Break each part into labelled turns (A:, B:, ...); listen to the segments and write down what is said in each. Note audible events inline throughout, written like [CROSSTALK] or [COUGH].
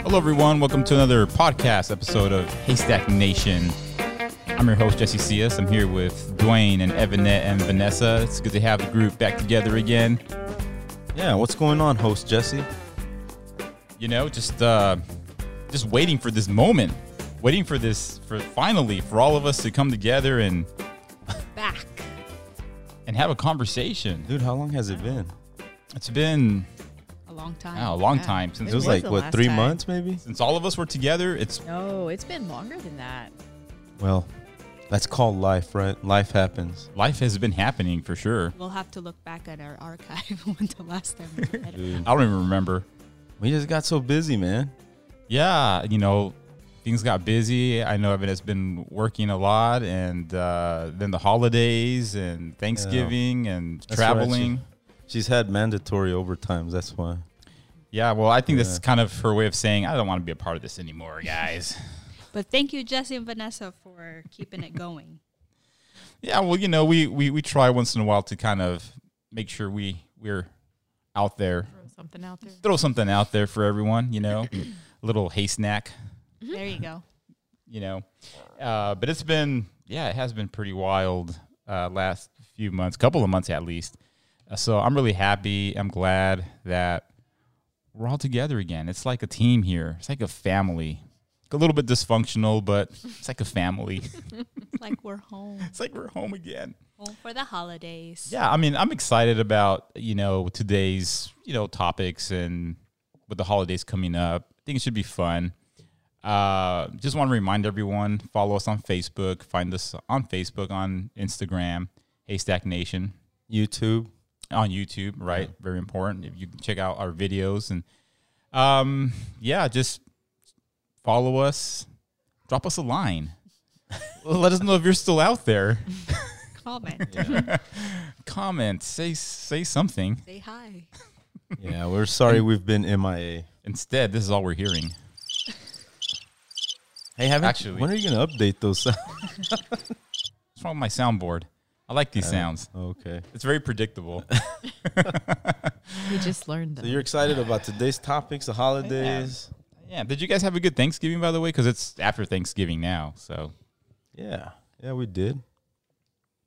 A: Hello, everyone. Welcome to another podcast episode of Haystack Nation. I'm your host, Jesse Cias. I'm here with Dwayne and Evanette and Vanessa. It's good to have the group back together again.
B: Yeah, what's going on, host Jesse?
A: You know, just uh, just waiting for this moment, waiting for this for finally for all of us to come together and
C: back.
A: and have a conversation.
B: Dude, how long has it been?
A: It's been
C: A long time.
A: wow, Oh, a long
C: Yeah.
A: time since
B: It was
C: was
B: like
C: the
B: what,
C: last
B: three
C: time.
B: months maybe?
A: since all of us were together. It's
C: No, it's been longer than that.
B: Well, that's called life, right? Life happens.
A: life has been happening for sure.
C: We'll have to look back at our archive [LAUGHS] when the last time we met.
B: Dude,
A: I don't even remember.
B: we just got so busy, man.
A: yeah, you know, things got busy. I know Evan has been working a lot, and uh, then the holidays and Thanksgiving and
B: That's right,
A: traveling.
B: She's had mandatory overtimes, that's why.
A: Yeah, well, I think this is
B: Yeah.
A: kind of her way of saying I don't want to be a part of this anymore, guys. [LAUGHS]
C: But thank you, Jesse and Vanessa, for keeping it
D: [LAUGHS]
C: going.
A: yeah, well, you know, we, we we try once in a while to kind of make sure we we're out there,
D: something out there.
A: throw something out there for everyone. You
B: [CLEARS THROAT]
A: know, a little hay snack.
C: There you go.
A: you know. Uh, but it's been, yeah, it has been pretty wild uh, last few months, couple of months at least. Uh, so I'm really happy. I'm glad that we're all together again. It's like a team here. It's like a family. A little bit dysfunctional, but it's like a family. [LAUGHS]
C: It's like we're home,
A: it's like we're home again.
C: home for the holidays.
A: Yeah, I mean, I'm excited about you know today's you know topics and with the holidays coming up. I think it should be fun. Uh, just want to remind everyone: follow us on Facebook, find us on Facebook, on Instagram, Haystack Nation,
B: YouTube.
A: on YouTube. Right, very important. If you can check out our videos and um, yeah, just follow us. Drop us a line. [LAUGHS] Let us know if you're still out there.
C: Comment.
A: Comment, say say something.
C: Say hi.
B: Yeah, we're sorry we've been MIA.
A: Instead, this is all we're hearing.
B: Hey, haven't
A: Actually-
B: when are you gonna update those [LAUGHS] sounds?
A: What's wrong with my soundboard? I like these sounds.
B: okay.
A: It's very [LAUGHS] predictable.
D: We just learned that.
B: So you're excited about today's topics, the holidays.
A: yeah. Did you guys have a good Thanksgiving, by the way? Because it's after Thanksgiving now. So,
B: Yeah. Yeah, we did.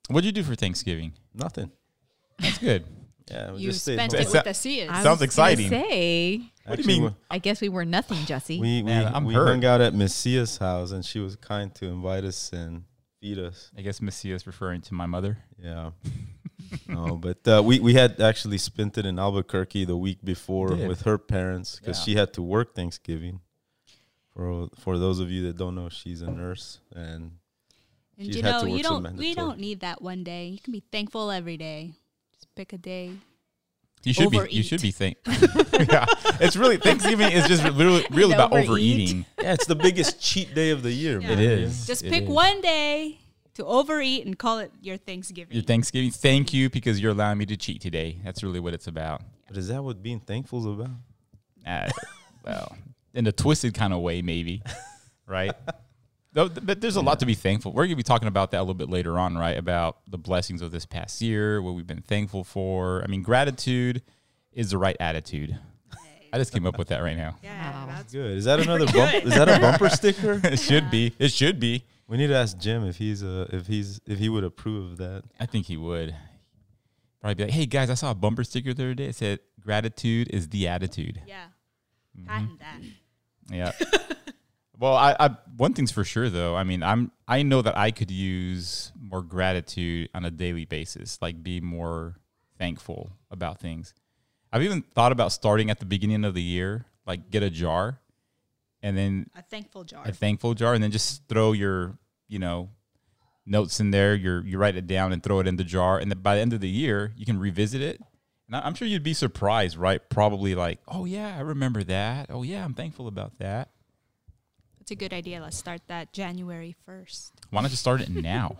A: what'd you do for Thanksgiving?
B: Nothing.
A: That's good.
B: Yeah, we
C: You
B: just stayed
C: spent
B: home.
C: it
A: It's
C: with
A: a-
C: the Seas.
D: [LAUGHS] I
A: Sounds
D: was gonna
A: exciting.
D: Say,
A: What do you
B: Actually,
A: mean?
D: I guess we were nothing, Jesse.
B: We we,
A: Man, I'm
B: we
A: hurt.
B: hung out at Messiah's house, and she was kind to invite us and feed us.
A: I guess Messiah is referring to my mother.
B: Yeah. no, but uh, we we had actually spent it in Albuquerque the week before
A: Did.
B: with her parents because
A: Yeah.
B: she had to work Thanksgiving. For for those of you that don't know, she's a nurse, and
C: and
B: she's
C: you
B: had
C: know,
B: to work
C: you
B: some
C: don't. We
B: mandatory.
C: don't need that one day. You can be thankful every day. Just pick a day.
A: You should be. You
C: Overeat.
A: should be
D: [LAUGHS]
A: think. [LAUGHS] yeah, it's really Thanksgiving is just really, really about
D: Overeat.
A: overeating.
B: yeah, it's the biggest cheat day of the year.
C: Yeah.
A: It is.
C: Just
A: It
C: pick
A: is.
C: one day to overeat and call it your Thanksgiving.
A: Your Thanksgiving. Thank you because you're allowing me to cheat today. That's really what it's about.
B: But is that what being thankful is about?
A: Uh, well, in a twisted kind of way, maybe, right? Though, th- but there's a lot to be thankful. We're gonna be talking about that a little bit later on, right? About the blessings of this past year, what we've been thankful for. I mean, gratitude is the right attitude. I just came up with that right now.
C: yeah,
D: Wow.
C: that's
B: Good. Is that another bump? Is that a bumper sticker?
A: It should be. It should be.
B: We need to ask Jim if he's uh, if he's if he would approve of that.
A: I think he would. Probably be like, hey guys, I saw a bumper sticker the other day. It said, "Gratitude is the attitude."
C: yeah.
A: Mm-hmm.
C: Patent that.
A: Yeah. well, I, I one thing's for sure though. I mean, I'm I know that I could use more gratitude on a daily basis, like be more thankful about things. I've even thought about starting at the beginning of the year, like get a jar and then
C: A thankful jar.
A: a thankful jar and then just throw your, you know, notes in there, your you write it down and throw it in the jar and then by the end of the year, you can revisit it. And I- I'm sure you'd be surprised, right? Probably like, "Oh yeah, I remember that. Oh yeah, I'm thankful about that."
C: It's a good idea. Let's start that January 1st
A: Why not just start it now?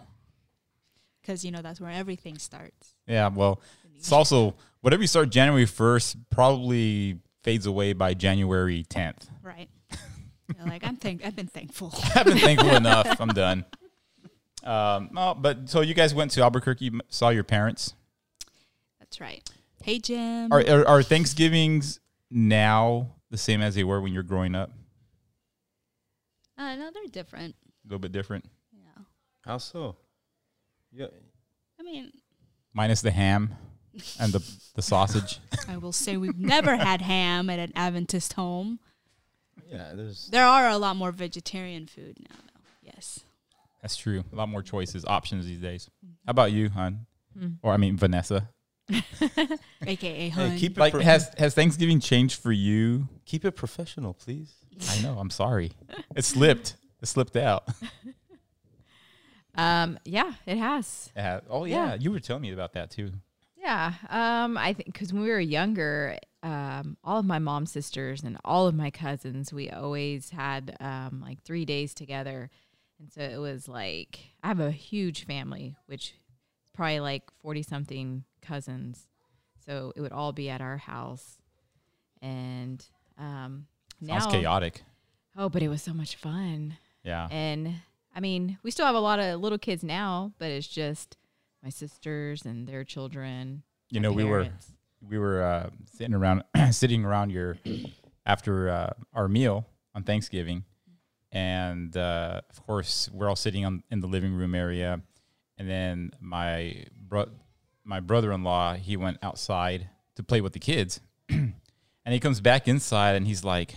C: because, you know, that's where everything starts.
A: yeah, well, it's also whatever you start January 1st probably fades away by January 10th.
C: Right. You're like, I'm thank- I've been thankful.
A: [LAUGHS] I've been thankful enough. I'm done. Um, no, but so you guys went to Albuquerque, m- saw your parents.
C: That's right. Hey, Jim.
A: Are, are, are Thanksgivings now the same as they were when you're growing up?
C: Uh, no, they're different.
A: A little bit different.
C: Yeah.
B: How so? Yeah.
C: I mean,
A: Minus the ham and the, the sausage.
C: I will say
A: [LAUGHS]
C: we've never had ham at an Adventist home.
B: Yeah, there's
C: There are a lot more vegetarian food now, though. Yes.
A: That's true. A lot more choices, options these days. How about you, hon? Or I mean Vanessa.
C: AKA hun.
B: Hey, keep it
A: Like
B: pro-
A: has has Thanksgiving changed for you?
B: keep it professional, please.
A: I know, I'm
D: [LAUGHS]
A: sorry. It slipped. It slipped out.
D: Um, yeah, it has.
A: Yeah. Oh yeah.
D: Yeah.
A: you were telling me about that too.
D: Yeah. Um, I think because when we were younger, um, all of my mom's sisters and all of my cousins, we always had um, like three days together. And so it was like, I have a huge family, which is probably like 40 something cousins. So it would all be at our house. And um, now,
A: Sounds chaotic.
D: oh, but it was so much fun.
A: Yeah.
D: And I mean, we still have a lot of little kids now, but it's just my sisters and their children.
A: You
D: my
A: know, we were
D: parents.
A: we were uh, sitting around [CLEARS THROAT] sitting around your after uh, our meal on Thanksgiving, and uh, of course we're all sitting on in the living room area, and then my bro- my brother in law he went outside to play with the kids, [CLEARS THROAT] and he comes back inside and he's like,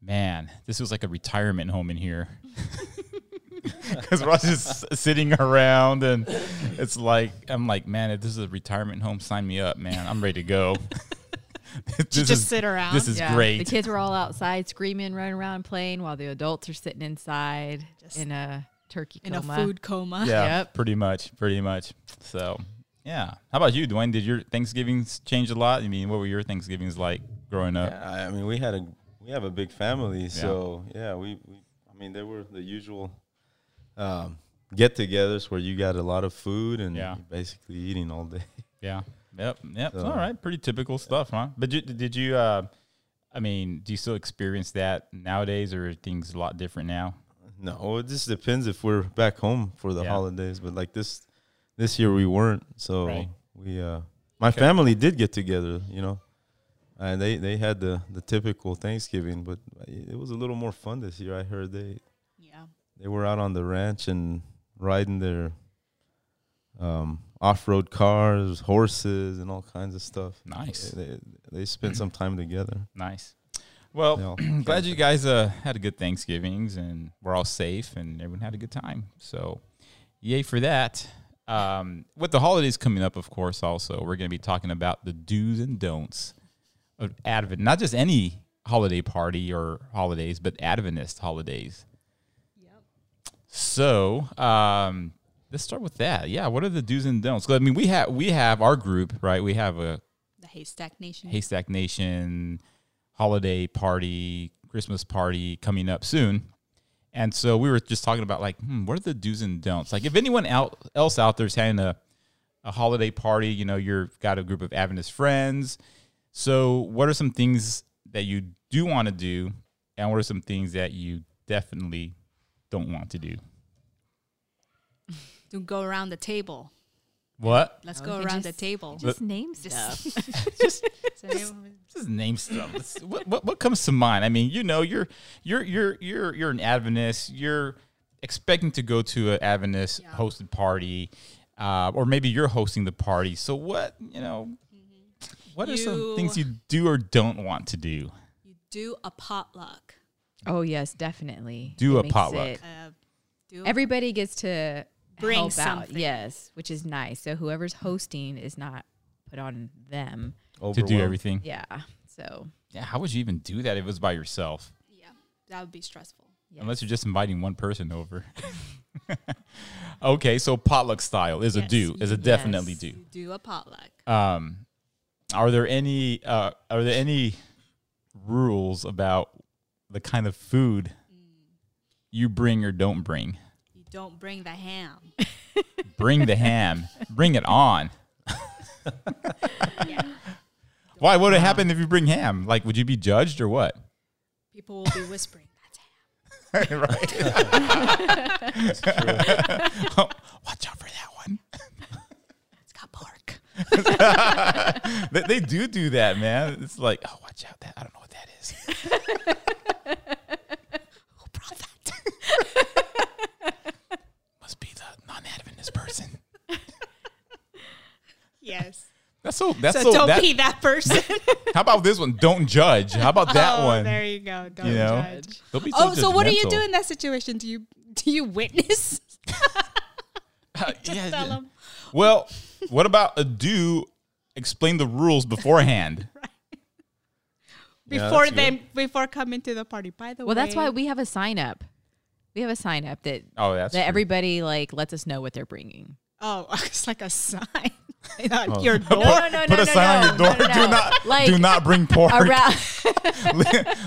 A: "Man, this was like a retirement home in here." [LAUGHS] Because we're all just s- sitting around, and it's like I'm like, man, if this is a retirement home, sign me up, man. I'm ready to go. [LAUGHS] this
C: just sit around.
A: This is
D: Yeah.
A: great.
D: The kids were all outside screaming, running around, playing, while the adults are sitting inside in a turkey
C: in
D: coma.
C: a food coma.
A: [LAUGHS]
C: [LAUGHS]
A: Yeah,
D: Yep.
A: pretty much, pretty much. So, yeah. How about you, Dwayne? Did your Thanksgivings change a lot? I mean, what were your Thanksgivings like growing up?
B: Yeah, I I mean, we had a we have a big family, so yeah, we, we I mean, there were the usual um, get-togethers where you got a lot of food and
A: Yeah.
B: you're basically eating all day. [LAUGHS]
A: Yeah. Yep. Yep.
B: So-
A: All right. Pretty typical stuff, huh? But did, did you? Uh, I mean, do you still experience that nowadays, or are things a lot different now?
B: No, it just depends if we're back home for the
A: Yeah.
B: holidays, but like this this year we weren't, so
A: Right.
B: we uh my family did get together, you know. And they they had the the typical Thanksgiving, but it was a little more fun this year. I heard they
C: Yeah.
B: they were out on the ranch and riding their um, off-road cars, horses, and all kinds of stuff.
A: Nice.
B: They, they spent some time together.
A: Nice. Well,
B: They all-
A: I'm Oh, [CLEARS THROAT] glad you guys uh, had a good Thanksgivings and we're all safe and everyone had a good time. So, yay for that. Um, with the holidays coming up, of course, also, we're going to be talking about the do's and don'ts of Advent, not just any holiday party or holidays, but Adventist holidays. So um, let's start with that. Yeah, what are the do's and don'ts? 'Cause, I mean, we have we have our group, right? We have a
C: The Haystack Nation.
A: Haystack Nation holiday party, Christmas party coming up soon. And so we were just talking about like, hmm, what are the do's and don'ts? Like, if anyone out, else out there's having a, a holiday party, you know, you've got a group of Adventist friends. So, what are some things that you do want to do, and what are some things that you definitely don't want to do?
C: Don't go around the table.
A: What?
C: Let's
D: Oh,
C: go
D: you
C: around the
D: just-
C: table.
D: Just name stuff.
C: [LAUGHS] Just- So everyone-
A: This is name stuff. It's- what, what what comes to mind? I mean, you know, you're you're you're you're you're an Adventist. You're expecting to go to an Adventist
C: Yeah.
A: hosted party, uh, or maybe you're hosting the party. So what you know? What are some
C: You-
A: things you do or don't want to do?
C: you do a potluck.
D: oh yes, definitely.
A: Do
D: It
A: a
D: makes
A: potluck.
D: it-
C: Uh, do
D: Everybody gets to
C: Bring
D: help out.
C: something.
D: Yes, which is nice. So whoever's hosting is not put on them.
A: To do
B: Overwhelmed.
A: everything?
D: Yeah. So
A: Yeah, how would you even do that if it was by yourself?
C: yeah, that would be stressful.
D: yes.
A: Unless you're just inviting one person over. [LAUGHS] okay, so potluck style is a
C: Yes.
A: do is a definitely
D: Yes.
A: do.
C: You do a potluck.
A: um, are there any uh, are there any rules about the kind of food you bring or don't bring?
C: You don't bring the ham.
A: Bring the ham. Bring it on. Why? What would happen if you bring ham? Like, would you be judged or what?
C: People will be [LAUGHS] whispering, "That's ham."
A: [LAUGHS] right. [LAUGHS] Oh, Watch out for that one.
C: It's got pork.
A: [LAUGHS] They, they do do that, man. It's like, oh, watch out! That I don't know what that is.
C: [LAUGHS] Who brought that?
A: [LAUGHS] out of in this person.
C: Yes.
A: That's so. [LAUGHS] That's
C: so,
A: so.
C: don't
A: that,
C: be that person.
A: how about this one? Don't judge. How about [LAUGHS] that
C: Oh,
A: one?
C: There you go. Don't
A: You know?
C: judge.
A: Don't be so
C: Oh, so what do you
A: judgmental.
C: do in that situation? Do you do you witness?
A: Uh,
C: Just
A: yeah,
C: [LAUGHS] tell
A: yeah.
C: them.
A: Well, what about a do? Explain the rules
D: [LAUGHS]
A: beforehand.
B: Yeah,
C: before
B: that's
C: they before coming to the party. By the
D: Well,
C: way,
D: that's why we have a sign up. We have a sign up that
A: Oh, that's
D: that
A: true.
D: everybody like lets us know what they're bringing.
C: oh, [LAUGHS] it's like a sign. Not Your door.
D: no, no,
A: Put
D: no,
A: a sign on
D: no,
A: your door.
D: no, no, no.
A: Do not.
D: Like-
A: do not bring pork.
D: [LAUGHS] Around,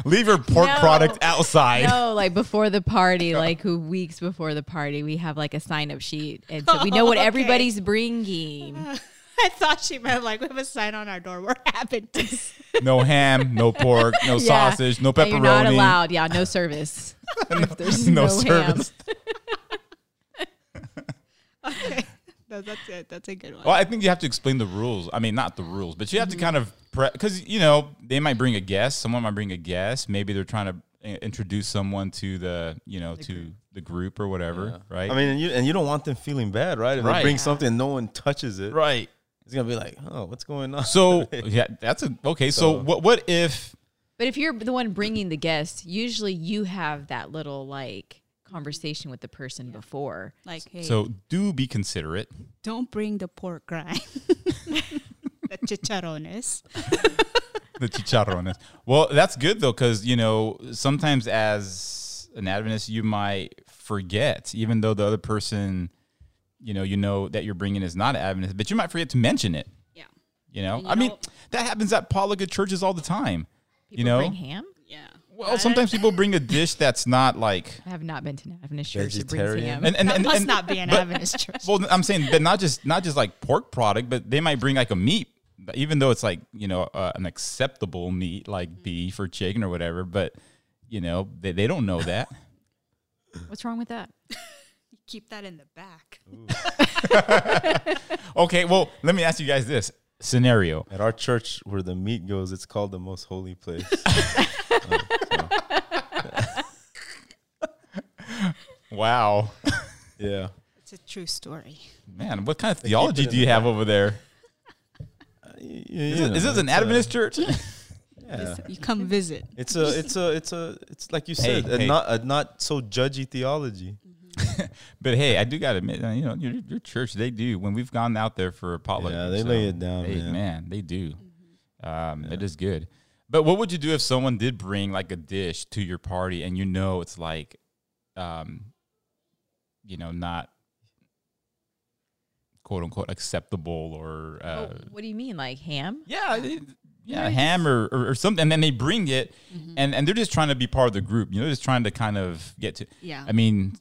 A: Leave your pork
D: No.
A: product outside.
D: no, like before the
A: [LAUGHS]
D: party, like who weeks before the party, we have like a sign up sheet, and so [LAUGHS] we know what
C: Okay.
D: everybody's [LAUGHS] bringing.
C: I thought she meant like we have a sign on our door. [LAUGHS] We're happened to
A: No ham. No pork. No
D: [LAUGHS] Yeah.
A: sausage. No
D: That
A: pepperoni.
D: You're not allowed. Yeah, no service. If
A: [LAUGHS]
D: there's
A: no
D: ham.
A: service.
C: Okay. No, that's it. That's a good one.
A: Well, I think you have to explain the rules. I mean, not the rules, but you have
D: Mm-hmm.
A: to kind of prep because you know they might bring a guest. Someone might bring a guest. Maybe they're trying to uh, introduce someone to the you know to the group or whatever, right?
B: I mean, and you and you don't want them feeling bad, right? If
A: Right.
B: they bring something and no one touches it,
A: right.
B: it's gonna be like, oh, what's going on?
A: So yeah, that's a okay. So, what what if
D: But if you're the one bringing the guests, usually you have that little like conversation with the person before.
C: like, hey,
A: so do be considerate.
C: don't bring the pork rind. [LAUGHS] the chicharrones.
A: the chicharrones. Well, that's good though, because you know sometimes as an Adventist, you might forget, even though the other person, you know, you know that you're bringing is not an Adventist, but you might forget to mention it.
C: Yeah.
A: You know,
C: you
A: I mean,
C: know-
A: that happens at Polyga churches all the time.
D: People
A: you know,
D: bring ham.
C: Yeah.
A: well, sometimes people bring a dish that's not like,
D: I have not been to an Adventist church that brings
B: Vegetarian.
D: ham.
A: and and,
C: that
A: and,
C: must
A: and-
C: not be an Adventist church.
A: Well, I'm saying, but not just not just like pork product, but they might bring like a meat, but even though it's like you know uh, an acceptable meat like beef or chicken or whatever. But you know they, they don't know that.
D: [LAUGHS] What's wrong with that?
C: Keep that in the back.
A: [LAUGHS] okay, well let me ask you guys this scenario.
B: [LAUGHS] At our church where the meat goes, it's called the most holy place.
A: [LAUGHS] Wow,
B: yeah.
C: It's a true story.
A: man, what kind of theology
B: it in
A: do you have over there? uh,
B: Y-
A: Is,
B: you
A: it- is
B: know,
A: this an
B: it's a-
A: Adventist church?
B: yeah.
C: You [LAUGHS] come visit.
B: It's a, it's a, it's a, it's like you said,
A: Hey, hey.
B: a not a not so judgy theology.
A: [LAUGHS] but hey, I do gotta admit, uh, you know your, your church they do. When we've gone out there for a potluck,
B: Oh, Yeah,
A: or
B: they
A: so,
B: lay it down,
A: they-
B: man.
A: they do. Um, It is good. But what would you do if someone did bring like a dish to your party and you know it's like, um, you know, not quote unquote acceptable or uh,
D: oh, what do you mean, like ham?
A: yeah, it- yeah, Mm-hmm. ham or, or, or something, and then they bring it, and and they're just trying to be part of the group. You know, they're just trying to kind of get to.
C: Yeah.
A: I mean,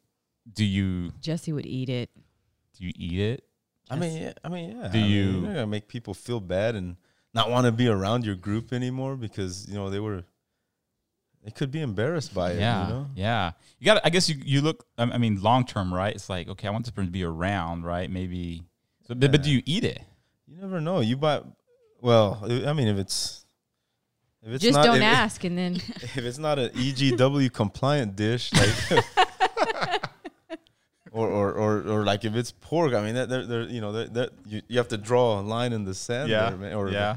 A: do you
D: Jesse would eat it.
A: do you eat it?
B: I mean, yeah, I mean, yeah.
A: Do
B: I mean,
A: you-
B: You're not gonna make people feel bad and not want to be around your group anymore because you know they were. They could be embarrassed by it.
A: Yeah,
B: You know?
A: yeah. You got. to I guess you you look. I I mean, long term, right? It's like okay, I want this person to be around, right? Maybe. So, but, but do you eat it?
B: You never know. You buy, well, I I mean, if it's, if it's
D: Just
B: not,
D: don't
B: if,
D: ask, and then
B: If, it's not an EGW compliant dish, like, [LAUGHS] or, or or or like if it's pork, I mean, that there, there, you know, that that you, you have to draw a line in the sand. there, man, or
A: yeah.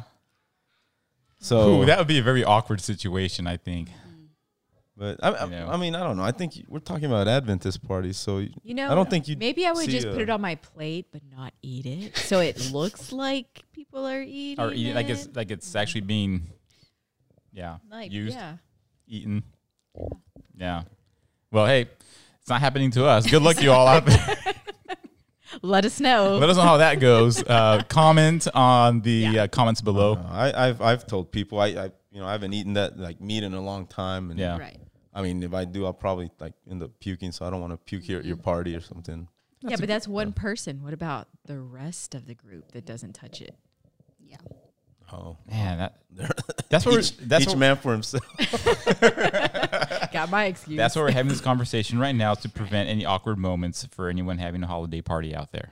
B: So
A: Ooh, that would be a very awkward situation. I think.
B: But I, I,
A: You know.
B: I mean, I don't know. I think we're talking about Adventist parties, so you
D: [LAUGHS] you know.
B: I don't think you.
D: Maybe I would
B: see
D: just put
B: a-
D: it on my plate, but not eat it,
B: [LAUGHS]
D: so it looks like people are eating.
A: Or eat, like it's
D: it.
A: like it's actually being. Yeah.
D: like
A: used.
D: yeah.
A: eaten. Yeah. Well, hey, it's not happening to us. Good luck, you all out there.
D: [LAUGHS] Let us know.
A: Let us know how that goes. Uh, comment on the uh, comments below.
B: Uh, I, I've I've told people I, I you know I haven't eaten that like meat in a long time, and
A: Yeah.
D: right.
B: I mean if I do I'll probably like end up puking, so I don't want to puke here at your party or something.
D: yeah, but that's one person. What about the rest of the group that doesn't touch it?
C: Yeah.
B: [LAUGHS] Oh,
A: Man, that, that's what we're, that's
B: each
A: what,
B: man
A: [LAUGHS]
B: for himself.
D: Got my excuse.
A: that's why we're having this conversation right now to prevent any awkward moments for anyone having a holiday party out there.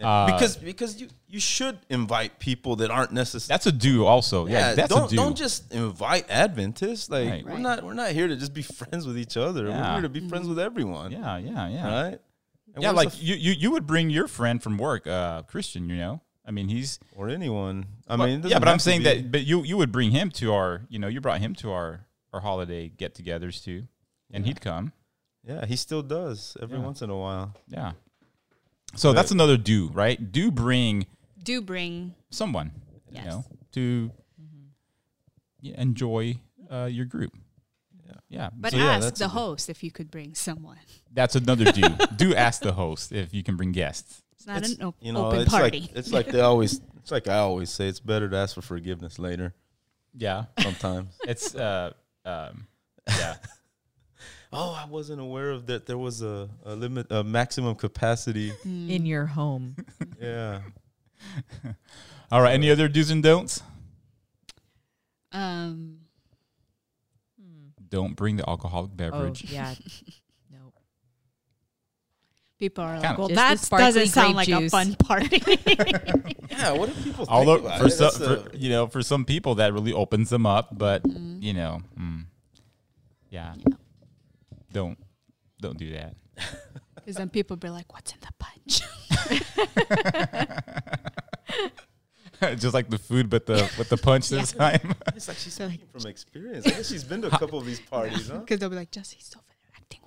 A: Uh,
B: because because you you should invite people that aren't necessary.
A: That's a do, also. Yeah, that's
B: don't
A: a do.
B: don't just invite Adventists. Like
A: Right.
B: [LAUGHS] we're not we're not here to just be friends with each other. We're
A: Yeah.
B: here to be friends with everyone.
A: yeah, yeah, yeah.
B: Right. And
A: yeah,
B: where's
A: like
B: the f-
A: you, you, you would bring your friend from work, uh, Christian. You know, I mean, he's.
B: or anyone. I
A: Well,
B: mean,
A: yeah,
B: it doesn't
A: but I'm
B: have to
A: saying
B: be-
A: that, but you you would bring him to our, you know, you brought him to our our holiday get-togethers too, and he'd come.
B: Yeah, he still does every
A: Yeah.
B: once in a while.
A: Yeah. So that's another do, right? Do bring
C: Do bring
A: someone,
C: Yes.
A: you know, to yeah, enjoy uh, your group. Yeah. Yeah.
C: but
A: So
C: ask
B: that's
C: the
B: a good-
C: host if you could bring someone.
A: that's another do. [LAUGHS] do ask the host if you can bring guests.
C: It's not an op-
B: You know,
C: open
B: it's
C: party.
B: like it's like they always. It's like I always say. It's better to ask for forgiveness later.
A: Yeah.
C: [LAUGHS]
B: Sometimes.
A: It's uh um yeah.
B: oh, I wasn't aware of that. There was a, a limit, a maximum capacity.
C: [LAUGHS]
D: in your home.
B: yeah.
A: [LAUGHS] All right, any other do's and don'ts?
C: um,
A: Don't bring the alcoholic
D: oh
A: beverage.
B: [LAUGHS]
D: yeah, no.
C: people are
A: Kinda-
C: like, well,
D: Just the
C: that
D: sparkly
C: doesn't sound like
D: grape
C: a
D: juice."
C: fun party.
D: [LAUGHS]
B: Yeah. What do people?
A: Although
B: think about
A: for
B: it?
A: some,
B: That's
A: for,
B: a-
A: you know, for some people that really opens them up, but you know, mm, yeah. Don't don't do that. [LAUGHS]
C: Because then people be like, what's in the
D: [LAUGHS]
C: punch?
A: Just like the food, but the with the punch this time.
B: it's like she's
C: So, like-
B: speaking from experience. I guess she's been to a couple of these parties, [LAUGHS] huh?
C: Because they'll be like, Jesse's over there acting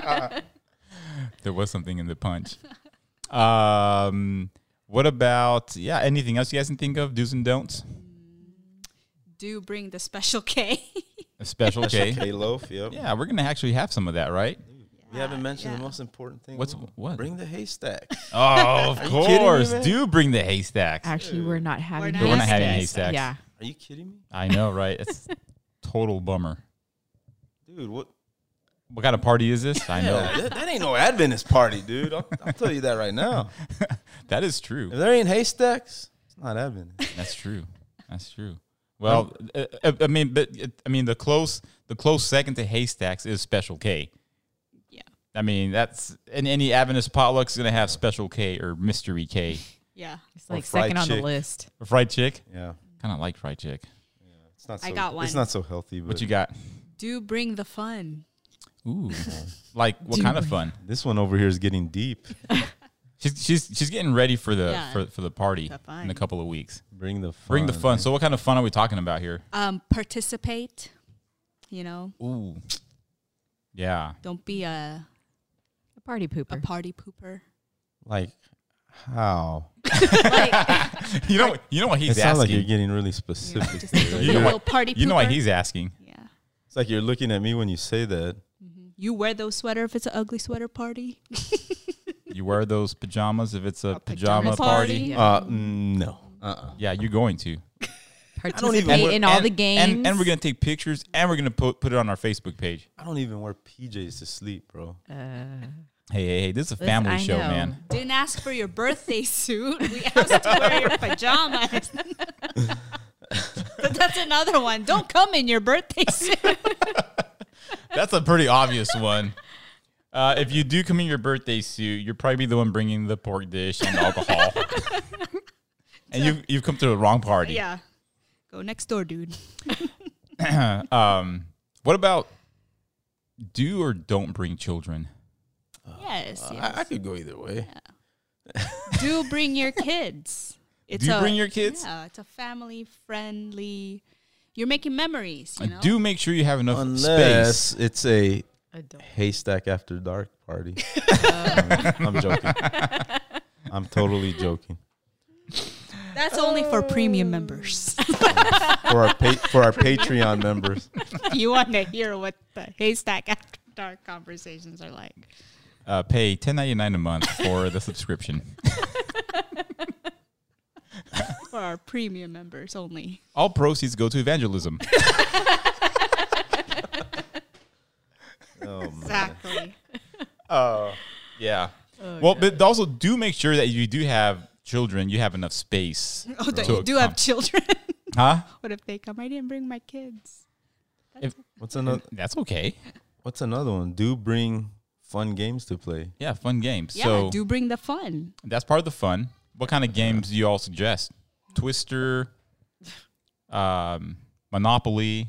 D: [LAUGHS]
C: weird.
A: there was something in the punch. [LAUGHS] Um, what about yeah? Anything else you guys can think of? Do's and don'ts.
C: Mm, Do bring the special K.
D: [LAUGHS]
A: A special K.
B: K loaf. Yep.
A: Yeah, we're gonna actually have some of that, right?
B: We haven't mentioned the
C: yeah.
B: most important thing.
A: What's-
B: of all.
A: what?
B: Bring the haystack.
A: [LAUGHS] Oh, of
B: you kidding me,
A: course.
B: man?
A: Do bring the haystacks.
D: Actually, we're not having.
C: not We're
A: not having haystacks.
D: haystacks. Yeah,
B: Are you kidding me,
A: I know, right? It's total bummer.
B: dude? What?
A: What kind of party is this? I know.
B: Yeah, that, that ain't no Adventist party, dude. I'll, I'll tell you that right now.
A: That is true.
B: If there ain't haystacks, it's not
C: [LAUGHS]
B: Adventist.
A: That's true. That's true. Well, uh, uh, I mean, but uh, I mean, the close, the close second to haystacks is Special K.
C: yeah.
A: I mean, that's and any Adventist potluck's gonna have Special K or Mystery K
C: Yeah.
D: it's like
B: fried
D: second on the
B: chick.
D: list.
A: or fried chick.
B: Yeah,
A: Kind of like fried chick.
B: it's not. So,
C: I got
B: It's
C: one.
B: not so healthy. But
A: What you got?
C: Do bring the fun.
B: [LAUGHS]
A: Ooh, like what
D: Do
A: kind of
D: we-
A: fun?
B: This one over here is getting deep.
A: She's she's she's getting ready for the
C: Yeah.
A: for, for the party
C: The fun.
A: in a couple of weeks.
B: [LAUGHS] Bring the fun.
A: Bring the fun. So what kind of fun are we talking about here?
C: Um, participate. You know,
A: Ooh,
B: [LAUGHS]
A: yeah.
C: don't be a,
D: A party
C: a
D: pooper.
A: [LAUGHS]
C: party pooper.
B: Like how?
A: You know you know what he's
B: it sounds
A: asking.
B: like you're getting really
C: You know,
B: specific.
C: just a
A: You know
C: little party pooper.
A: you know what he's asking.
C: Yeah.
B: it's like you're looking at me when you say that.
C: You wear those sweater if it's an ugly sweater party.
A: You wear those pajamas if it's a, pajama,
C: pajama
A: party.
C: party.
D: Yeah.
B: Uh, mm, no. Uh-uh.
A: Yeah, you're going to.
D: Participate
A: wear-
D: in all
A: and-
D: the games.
A: And, and we're going to take pictures and we're going to put, put it on our Facebook page.
B: I don't even wear PJs to sleep, bro.
D: Uh,
A: Hey, hey, hey, this is a
D: Listen,
A: family
D: I
A: show,
D: know.
A: man.
C: Didn't ask for your birthday suit. We asked to wear your pajamas. but that's another one. Don't come in your birthday suit.
A: That's a pretty obvious one. Uh, if you do come in your birthday suit, you're probably the one bringing the pork dish and
D: [LAUGHS]
A: alcohol. and you've, you've come to the wrong party.
C: yeah. Go next door, dude.
A: Um, what about do or don't bring children? Oh,
C: Yes.
B: Uh,
C: yes.
B: I, I could go either way.
C: do bring your kids. It's
A: you bring your kids?
C: Yeah, it's a family friendly. You're making memories, you know.
A: Do make sure you have enough
B: Unless
A: space.
B: it's a
D: adult.
B: haystack after dark
C: [LAUGHS]
B: party. I'm joking. I'm totally joking.
C: That's only for
A: [LAUGHS]
C: premium members.
B: For our pa- for our Patreon members,
C: you want to hear what the haystack after dark conversations are like.
A: uh, pay ten ninety nine a month for the subscription.
C: For our premium members only.
A: All proceeds go to evangelism.
C: [LAUGHS]
B: oh, man.
C: Exactly. Oh.
A: yeah. well, but also do make sure that you do have children. You have enough space.
C: Oh, don't
A: So
C: you do have
A: com-
C: children?
A: huh?
C: what if they come? I didn't bring my kids.
B: what's another
A: That's okay.
B: What's another one? Do bring fun games to play.
A: Yeah, fun games.
C: Yeah,
A: so
C: do bring the fun.
A: that's part of the fun. What kind of games do you all suggest? Twister, um, Monopoly.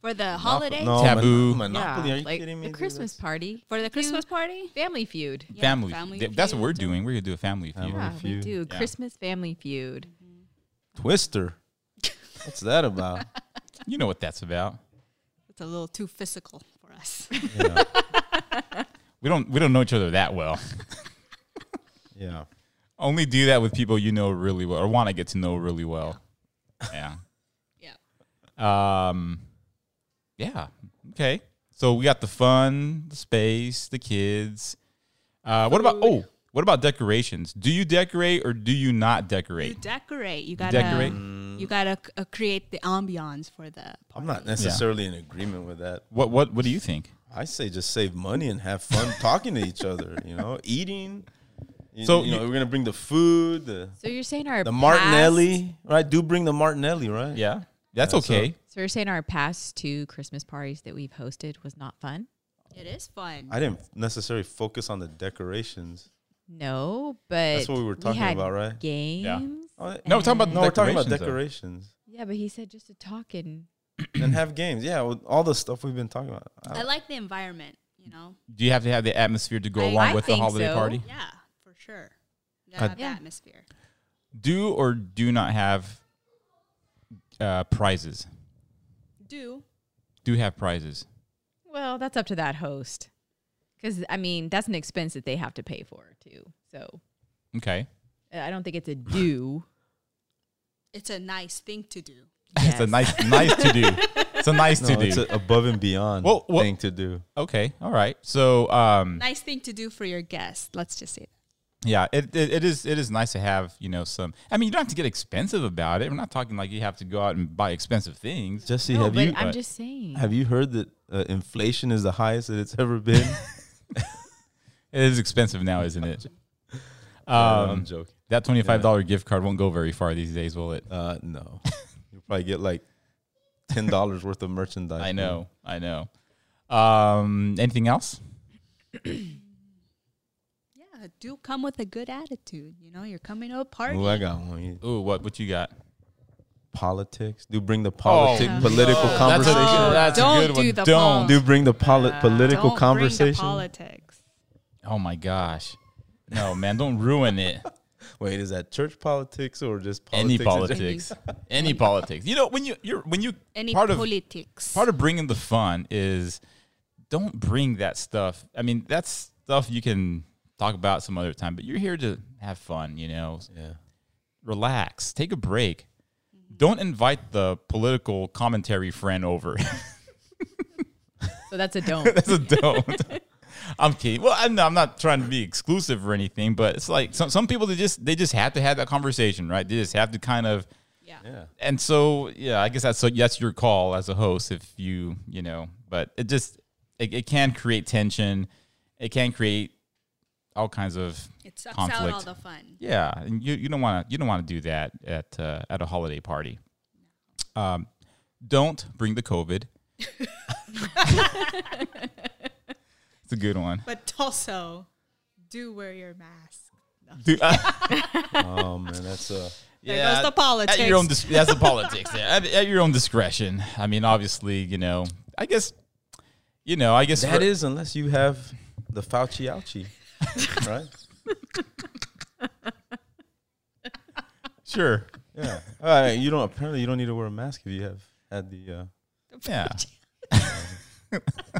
C: for the holiday,
B: No,
A: Taboo.
B: Mon- Monopoly. Are you
D: like
B: kidding me?
D: the
B: dude?
D: Christmas
B: That's-
D: party,
C: for the Christmas party.
D: Family Feud.
C: Yeah,
A: family. Th- That's what
C: feud.
A: we're doing. We're gonna do a family feud.
B: Family.
D: Yeah, we
B: Feud.
D: do
A: Yeah.
D: Christmas Family Feud.
B: Twister. What's that about?
A: You know what that's about.
C: It's a little too physical for us. [LAUGHS]
B: Yeah.
A: We don't we don't know each other that
C: [LAUGHS]
A: well.
B: yeah.
A: Only do that with people you know really well or want to get to know really well. Yeah.
C: yeah.
A: Um, yeah. Okay. So we got the fun, the space, the kids. Uh, what about oh? What about decorations? Do you decorate or do you not
C: You
A: decorate?
C: decorate. You gotta
A: decorate?
C: You gotta c- uh, create the ambiance for the.
B: I'm not necessarily in agreement with that.
A: What what what do you think?
B: I say just save money and have fun talking to each other, you know, eating. You,
A: So
B: so, you know,
A: you-
B: we're going to bring the food, the,
D: So you're saying our
B: the
D: past-
B: Martinelli, right? Do bring the Martinelli, right?
A: Yeah, that's
B: Yeah, so-
A: okay.
D: So you're saying our past two Christmas parties that we've hosted was not fun?
C: It is fun.
B: I didn't necessarily focus on the decorations.
D: No, but
B: That's what we were talking
D: had
B: about, right?
D: Games.
B: Oh,
A: No, we're talking about
D: and-
B: No, we're talking
A: Decorations,
B: about
A: though.
B: decorations
D: Yeah, but he said just to talk and
B: and have games. Yeah, with all the stuff we've been talking about. I-
C: I like the environment. You know.
A: Do you have to have the atmosphere to go
D: I-
A: along
D: I
A: with the
D: think
A: holiday
D: so.
A: party?
C: Yeah, for sure. The
A: Uh,
D: Yeah.
C: atmosphere.
A: Do or do not have uh, prizes?
C: Do
A: Do have prizes?
D: well, that's up to that host. Cuz I mean, that's an expense that they have to pay for too. So
A: Okay, [LAUGHS]
D: uh, I don't
B: [LAUGHS]
D: think it's a do.
C: it's a nice thing to do.
A: it's a nice nice to do. It's a nice
B: [LAUGHS] no,
A: to do.
B: it's a above and beyond
A: Well, well-
B: thing to do.
A: okay, all right. So um,
C: Nice thing to do for your guest. Let's just say that.
A: Yeah, it, it it is it is nice to have you know some. I mean, you don't have to get expensive about it. We're not talking like you have to go out and buy expensive things.
B: Jesse,
D: No,
B: have
D: but
B: you
D: I'm just saying.
B: have you heard that uh, inflation is the highest that it's ever [LAUGHS] been?
A: It is expensive now, isn't it? [LAUGHS]
B: I'm
A: Um,
B: joking.
A: that twenty five dollar gift card won't go very far these days, will it?
B: Uh, [LAUGHS] no, you'll probably get like ten dollars worth of merchandise.
A: I
B: man.
A: know, I know. mm. Um, anything else?
C: Yeah, do come with a good attitude. You know, you're coming to a party.
B: Ooh, I got one.
A: Ooh, what what you got?
B: Politics. Do bring the politic
A: Oh,
B: political
A: no. That's a
B: conversation.
A: good- that's a
C: don't
A: good one.
C: do the
A: Don't
C: pol-
B: Do bring the poli-
C: Don't
B: political
C: bring the
B: conversation.
C: politics.
A: Oh my gosh, no man, don't ruin [LAUGHS] it.
B: Wait, is that church politics or just politics?
A: Any
B: in general?
A: politics, any politics. You know when you you're when you
C: Any
A: part of
C: politics.
A: part of bringing the fun is don't bring that stuff. I mean, that's stuff you can talk about some other time, but you're here to have fun, you know.
B: Yeah.
A: Relax, take a break. Don't invite the political commentary friend over. [LAUGHS]
D: So that's
B: [LAUGHS]
D: a don't.
A: That's a don't. I'm kidding. Well, I'm not, I'm not trying to be exclusive or anything, but it's like some some people they just they just have to have that conversation, right? They just have to kind of
C: yeah.
B: Yeah.
A: and so yeah i guess that's so that's your call as a host if you you know but it just it, it can create tension it can create all kinds of
C: It sucks out
A: conflict
C: all the fun.
A: yeah and you, you don't want to you don't want to do that at uh, at a holiday party um, don't bring the
C: [LAUGHS]
A: covid [LAUGHS] it's a good one
C: But also, do wear your mask.
A: Dude, [LAUGHS]
B: Oh man, that's uh
C: There goes the politics.
A: At your own dis- that's the politics. Yeah. At, at your own discretion. I mean, obviously, you know. I guess, you know. I guess
B: that
A: for-
B: is unless you have the Fauci [LAUGHS] ouchie, right?
A: sure.
B: Yeah. All right, you don't apparently you don't need to wear a mask if you have had the. Uh,
A: Yeah,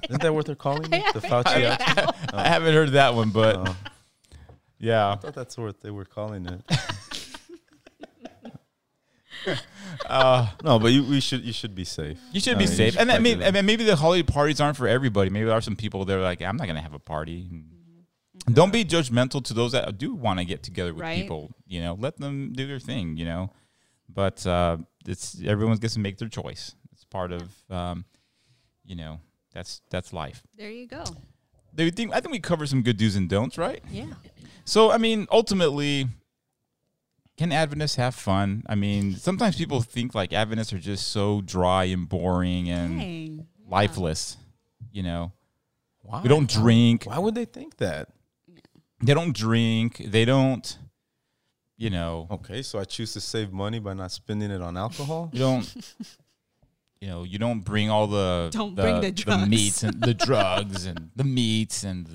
B: isn't that what they're calling it? The Fauci ouchie. I
A: I haven't heard that one, but
B: Oh.
A: yeah.
B: thought that's what they were calling it.
A: Uh,
B: No, but you we should you should be safe.
A: you should
B: I
A: be
B: mean, you
A: safe.
B: should
A: And I
B: check
A: mean,
B: it
A: I mean, maybe the holiday parties aren't for everybody. Maybe there are some people that are like, I'm not gonna have a party. Don't be judgmental to those that do want to get together with
C: Right.
A: people. You know, let them do their thing. You know, but uh, it's everyone gets to make their choice. It's part of, um, you know, that's that's life.
C: there you go.
A: Do you think I think we covered some good do's and don'ts, right?
C: Yeah.
A: So I mean, ultimately, can Adventists have fun? I mean, sometimes people think like Adventists are just so dry and boring and
C: Dang.
A: lifeless. You know,
B: Why?
A: we don't drink.
B: Why would they think that?
A: They don't drink. They don't. You know,
B: Oh. Okay, so I choose to save money by not spending it on alcohol.
A: you don't. You you know, you don't bring all the
C: Don't bring the drugs.
A: meats and the drugs and the meats and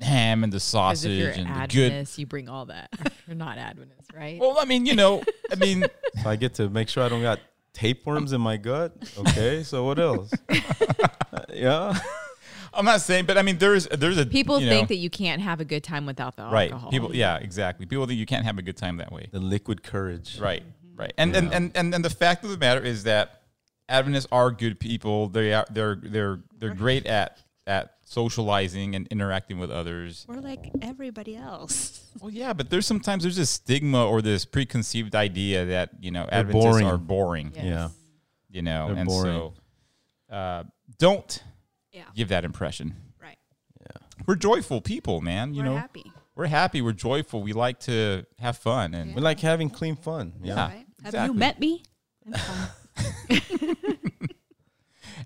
A: the ham and the
D: Because if
A: sausage
D: you're
A: and the good.
D: Adventist, you bring all that. [LAUGHS] You're not Adventist, right?
A: Well, I mean, you know, I mean,
B: So I get to make sure I don't got tapeworms in my gut. Okay, so what [LAUGHS] else? Uh, yeah.
A: I'm not saying, but I mean, there's there's a
D: People
A: you
D: think
A: know,
D: that you can't have a good time without the
A: right
D: alcohol.
A: people yeah exactly people think you can't have a good time that way
B: The liquid courage.
A: Right, right. And, and and and and the fact of the matter is that Adventists are good people. They are they're they're they're great at at socializing and interacting with others.
C: We're like everybody else.
A: Well, yeah, but there's sometimes there's this stigma or this preconceived idea that you know
B: They're
A: Adventists
B: boring.
A: are boring.
D: Yes.
B: Yeah.
A: You know,
B: They're
A: and
B: boring.
A: so uh, don't
C: [LAUGHS] Yeah.
A: give that impression.
C: Right.
A: We're joyful people, man. You
C: We're
A: know,
C: happy.
A: we're happy. We're joyful. We like to have fun, and
B: We like having clean fun.
A: Yeah.
B: Yeah.
C: Right? Have you
A: exactly.
C: met me?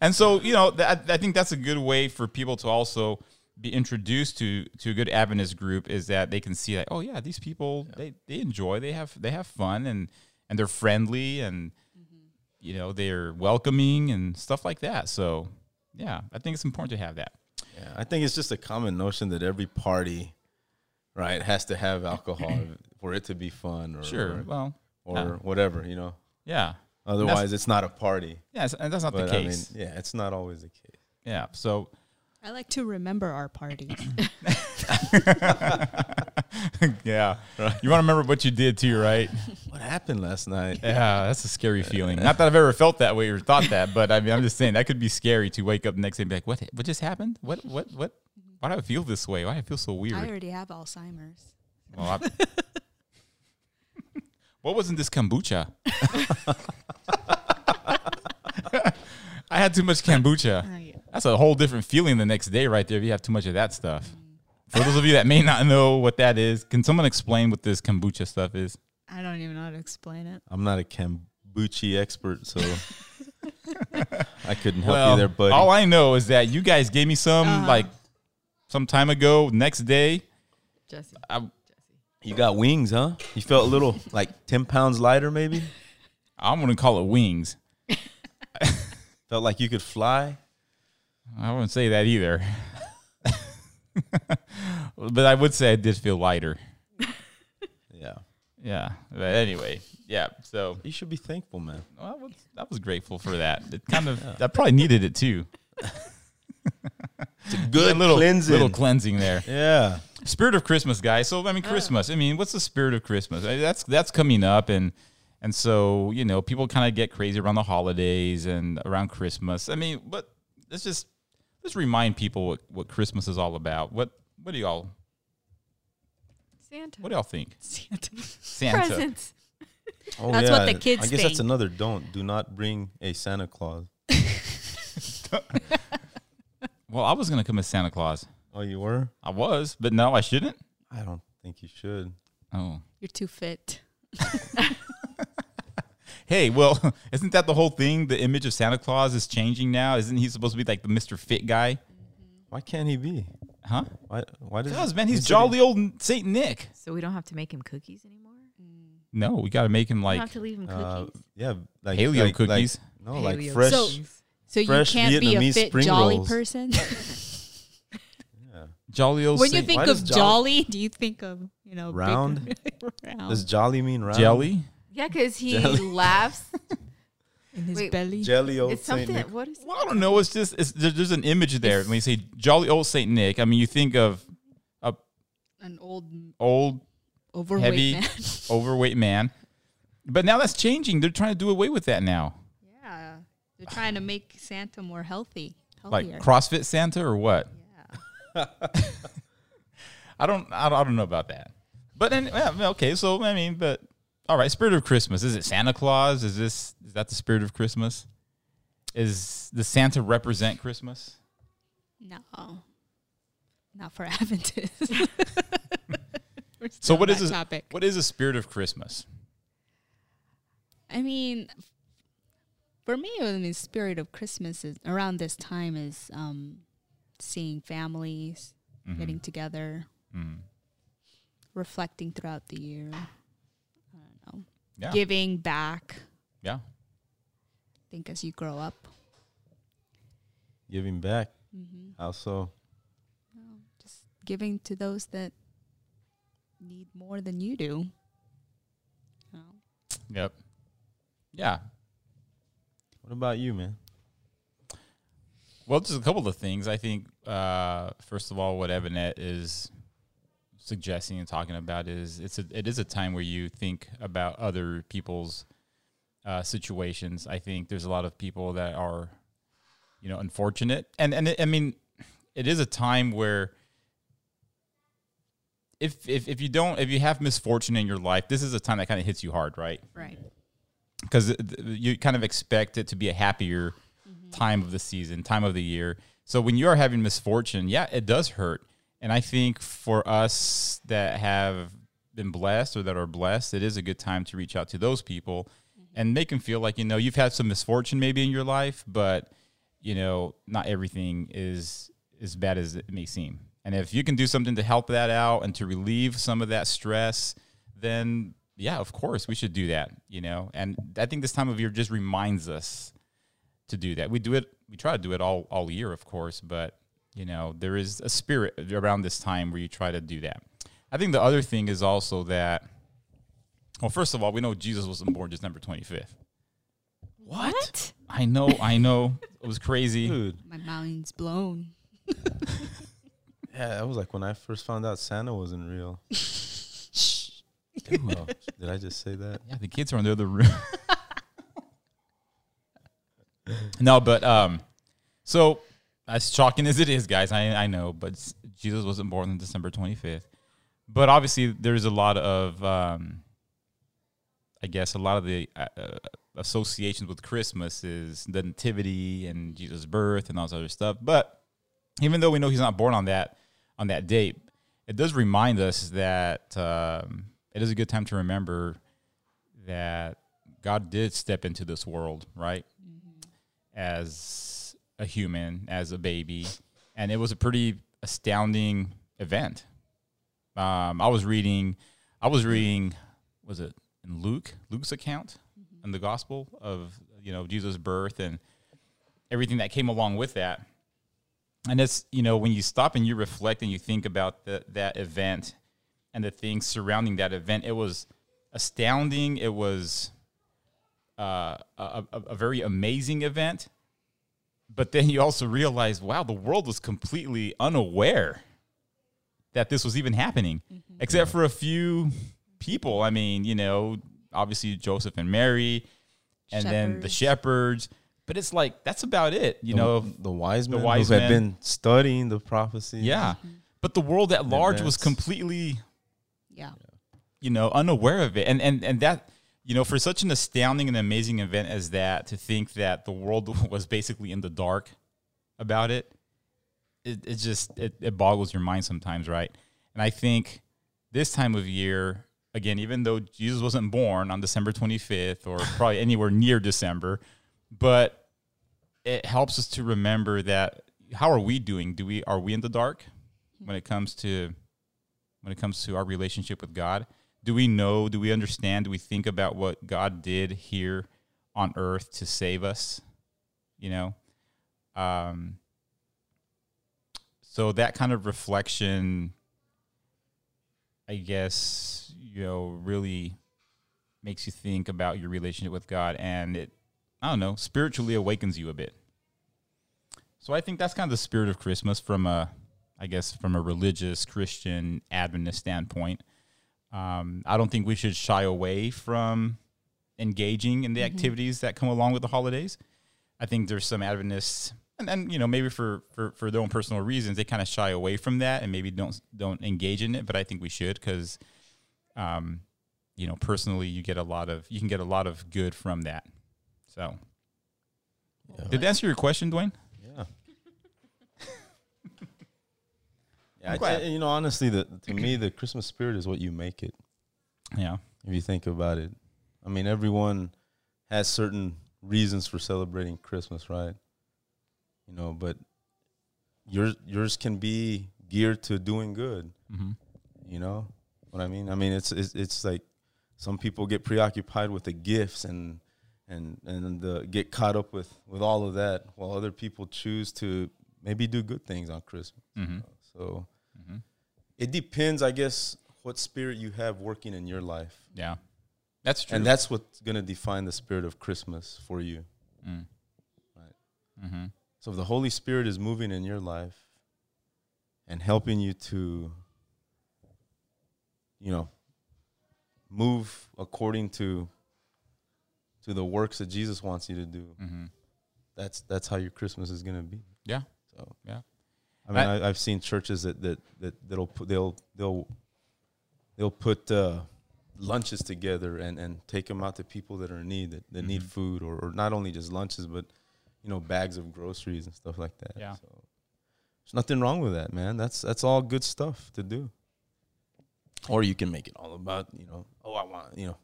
A: And so, you know, that, I think that's a good way for people to also be introduced to to a good Adventist group is that they can see that oh yeah, these people they they enjoy, they have they have fun and and they're friendly and you know, they're welcoming and stuff like that. So, yeah, I think it's important to have that.
B: yeah. I think it's just a common notion that every party, right, has to have alcohol for it to be fun or
A: Mm-hmm. Sure.
B: or,
A: Well,
B: or
A: uh,
B: whatever, you know.
A: yeah.
B: Otherwise, it's not a party.
A: Yeah, it's- and that's not
B: But
A: the case.
B: I mean, yeah, it's not always the case.
A: yeah. So, [LAUGHS]
C: I like to remember our parties.
B: [LAUGHS]
A: yeah. You want to remember what you did too, right?
B: What happened last night?
A: Yeah, that's a scary feeling. Not that I've ever felt that way or thought that, but I mean, I'm just saying that could be scary to wake up the next day and be like, "What? What just happened? What? What? What? Why do I feel this way? Why do I feel so
C: I
A: weird?"
C: already have Alzheimer's.
A: Well, I, [LAUGHS] what was in this kombucha? [LAUGHS] I had too much kombucha. That's a whole different feeling the next day, right there. If you have too much of that stuff. For those of you that may not know what that is, can someone explain what this kombucha stuff is?
C: I don't even know how to explain it.
B: I'm not a kombucha
A: [LAUGHS]
B: expert, so I couldn't help
A: Well,
B: you there, buddy.
A: All I know is that you guys gave me some like some time ago. Next day,
D: Jesse.
A: I,
B: you got wings, huh? You felt a little like 10 pounds lighter, maybe?
A: I'm gonna call it wings.
B: Felt like you could fly.
A: I wouldn't say that either, [LAUGHS] but I would say I did feel lighter.
B: Yeah.
A: Yeah. But anyway, yeah. So
B: You should be thankful, man.
A: well, I was, I was grateful for that. It kind of I probably needed it too.
B: It's a good
A: A little
B: cleansing.
A: little cleansing there.
B: yeah.
A: spirit of Christmas, guys. So I mean, Christmas. I mean, what's the spirit of Christmas? I- That's that's coming up, and and so you know, people kind of get crazy around the holidays and around Christmas. I mean, but let's just let's remind people what, what Christmas is all about. What what do y'all
D: Santa.
A: what do y'all think? Santa.
D: Presents.
B: Oh,
C: That's what the kids
B: I guess that's
C: think.
B: another don't. Do not bring a Santa Claus.
A: Well, I was gonna come as Santa Claus.
B: Oh, you were?
A: I was, but no, I shouldn't.
B: I don't think you should.
A: Oh,
C: [LAUGHS] You're too fit.
A: hey, well, [LAUGHS] isn't that the whole thing? The image of Santa Claus is changing now. Isn't he supposed to be like the Mister Fit guy?
B: Why can't he be?
A: Huh?
B: Why, why does
A: Because man, he's
B: Is it-
A: jolly old Saint Nick.
D: So we don't have to make him cookies anymore.
A: No, we got to make him
D: we
A: like
D: don't have to leave him
B: Uh,
D: cookies.
B: yeah, like
A: Paleo
B: like- like-
A: cookies.
B: no, like
D: Paleo
B: fresh.
C: So- So
B: fresh
C: you can't be a
B: Vietnamese
C: fit
B: spring
C: jolly
A: [LAUGHS]
B: rolls.
C: person.
A: jolly old
C: when you
A: Saint
C: think
B: Why
C: of
B: does
C: jolly,
B: jol-
C: do you think of you know big-
B: Round?
C: [LAUGHS] round
B: Does jolly mean round?
A: jelly.
D: Yeah, because he
B: Jelly.
D: [LAUGHS] laughs.
C: in his
D: wait,
C: belly?
B: Jelly old
D: It's
B: Saint
D: something.
B: Nick.
D: What is it?
A: Well, I don't know. It's just it's, there, there's an image there when you say jolly old Saint Nick. I mean, you think of a
C: An old m-
A: old
C: overweight
A: heavy
C: man.
A: overweight man, but now that's changing. They're trying to do away with that now,
C: [LAUGHS] yeah, they're trying to make Santa more healthy,
A: like
C: healthier.
A: CrossFit Santa or what?
C: Oh, yeah.
A: [LAUGHS] I don't I don't, I don't know about that. But then yeah, okay, so I mean, but all right, spirit of Christmas is it Santa Claus? Is this is that the spirit of Christmas? Is the Santa represent Christmas?
C: No, not for [LAUGHS] Adventists. [LAUGHS] We're
A: So
C: still
A: what
C: on
A: is
C: that
A: this,
C: topic?
A: what is the spirit of Christmas?
C: I mean, for me, I mean, spirit of Christmas is around this time is um, seeing families
A: Mm-hmm.
C: getting together, reflecting throughout the year. I don't know,
A: Yeah.
C: giving back.
A: Yeah.
C: I think as you grow up,
B: giving back.
C: hmm
B: How so?
C: Just giving to those that need more than you do. You know?
A: Yep. Yeah.
B: What about you, man?
A: Well, just a couple of things. I think, uh, first of all, what Evanette is suggesting and talking about is it's a, it is a time where you think about other people's uh, situations. I think there's a lot of people that are, you know, unfortunate, and and it, I mean, it is a time where if if if you don't if you have misfortune in your life, this is a time that kind of hits you hard, right?
C: Right.
A: because you kind of expect it to be a happier time of the season, time of the year. So when you are having misfortune, yeah, it does hurt. And I think for us that have been blessed or that are blessed, it is a good time to reach out to those people and make them feel like you know you've had some misfortune maybe in your life, but you know not everything is as bad as it may seem. And if you can do something to help that out and to relieve some of that stress, then yeah, of course we should do that, you know. And I think this time of year just reminds us to do that. We do it we try to do it all all year, of course, but you know, there is a spirit around this time where you try to do that. I think the other thing is also that well, first of all, we know Jesus wasn't born December 25th.
D: What?
A: I know, I know. it was crazy.
B: Dude,
C: My mind's blown.
B: yeah, that was like when I first found out Santa wasn't real.
C: [LAUGHS]
B: Oh, did I just say that?
A: Yeah, the kids are in the other room. [LAUGHS] no, but um, so as shocking as it is, guys, I I know, but s- Jesus wasn't born on December twenty fifth. But obviously, there's a lot of um, I guess a lot of the uh, uh, associations with Christmas is the nativity and Jesus' birth and all this other stuff. But even though we know he's not born on that on that date, it does remind us that um, it is a good time to remember that God did step into this world, right? As a human, as a baby, and it was a pretty astounding event. Um, I was reading, I was reading, was it in Luke, Luke's account in the gospel of you know Jesus' birth and everything that came along with that. And it's you know when you stop and you reflect and you think about the, that event and the things surrounding that event, it was astounding. It was uh, a, a, a very amazing event. But then you also realize, wow, the world was completely unaware that this was even happening, except for a few people. I mean, you know, obviously Joseph and Mary, and then the shepherds. But it's like that's about it, you know.
B: the, the wise men
A: wise
B: who
A: men.
B: have been studying the prophecy.
A: Yeah. But the world at large was
B: that's-
A: completely
C: Yeah.
A: you know unaware of it and and and that you know for such an astounding and amazing event as that to think that the world [LAUGHS] was basically in the dark about it it, it just it, it boggles your mind sometimes right and i think this time of year again even though jesus wasn't born on december 25th or probably anywhere near december but it helps us to remember that how are we doing do we are we in the dark when it comes to when it comes to our relationship with God? Do we know, do we understand, do we think about what God did here on earth to save us? You know? Um, so that kind of reflection, I guess, you know, really makes you think about your relationship with God and it, I don't know, spiritually awakens you a bit. So I think that's kind of the spirit of Christmas from a, I guess, from a religious Christian Adventist standpoint. Um, I don't think we should shy away from engaging in the activities that come along with the holidays. I think there's some Adventists, and, and you know, maybe for, for for their own personal reasons, they kind of shy away from that and maybe don't don't engage in it. But I think we should because, um, you know, personally, you get a lot of you can get a lot of good from that. So, did that answer your question, Dwayne?
B: Yeah. [LAUGHS] yeah, I,
A: glad.
B: I, you know, honestly, the, to me, the Christmas spirit is what you make it.
A: Yeah.
B: If you think about it, I mean, everyone has certain reasons for celebrating Christmas, right? You know, but yours yours can be geared to doing good.
A: hmm
B: You know what I mean? I mean, it's it's, it's like some people get preoccupied with the gifts and and and the, get caught up with with all of that while other people choose to maybe do good things on Christmas.
A: Mhm.
B: So
A: Mhm.
B: it depends, I guess, what spirit you have working in your life,
A: Yeah, that's true.
B: and that's what's gonna define the spirit of Christmas for you.
A: mm.
B: Right.
A: Mm-hmm.
B: So if the Holy Spirit is moving in your life and helping you to, you know, move according to to the works that Jesus wants you to do,
A: Mm-hmm.
B: that's that's how your Christmas is gonna be.
A: Yeah.
B: So
A: Yeah.
B: I mean, I, I've seen churches that that that that'll put they'll they'll they'll put uh, lunches together and and take them out to people that are in need that, that need
A: Mhm.
B: food or or not only just lunches but you know bags of groceries and stuff like that.
A: Yeah.
B: So there's nothing wrong with that, man. That's that's all good stuff to do. Or you can make it all about you know oh I want you know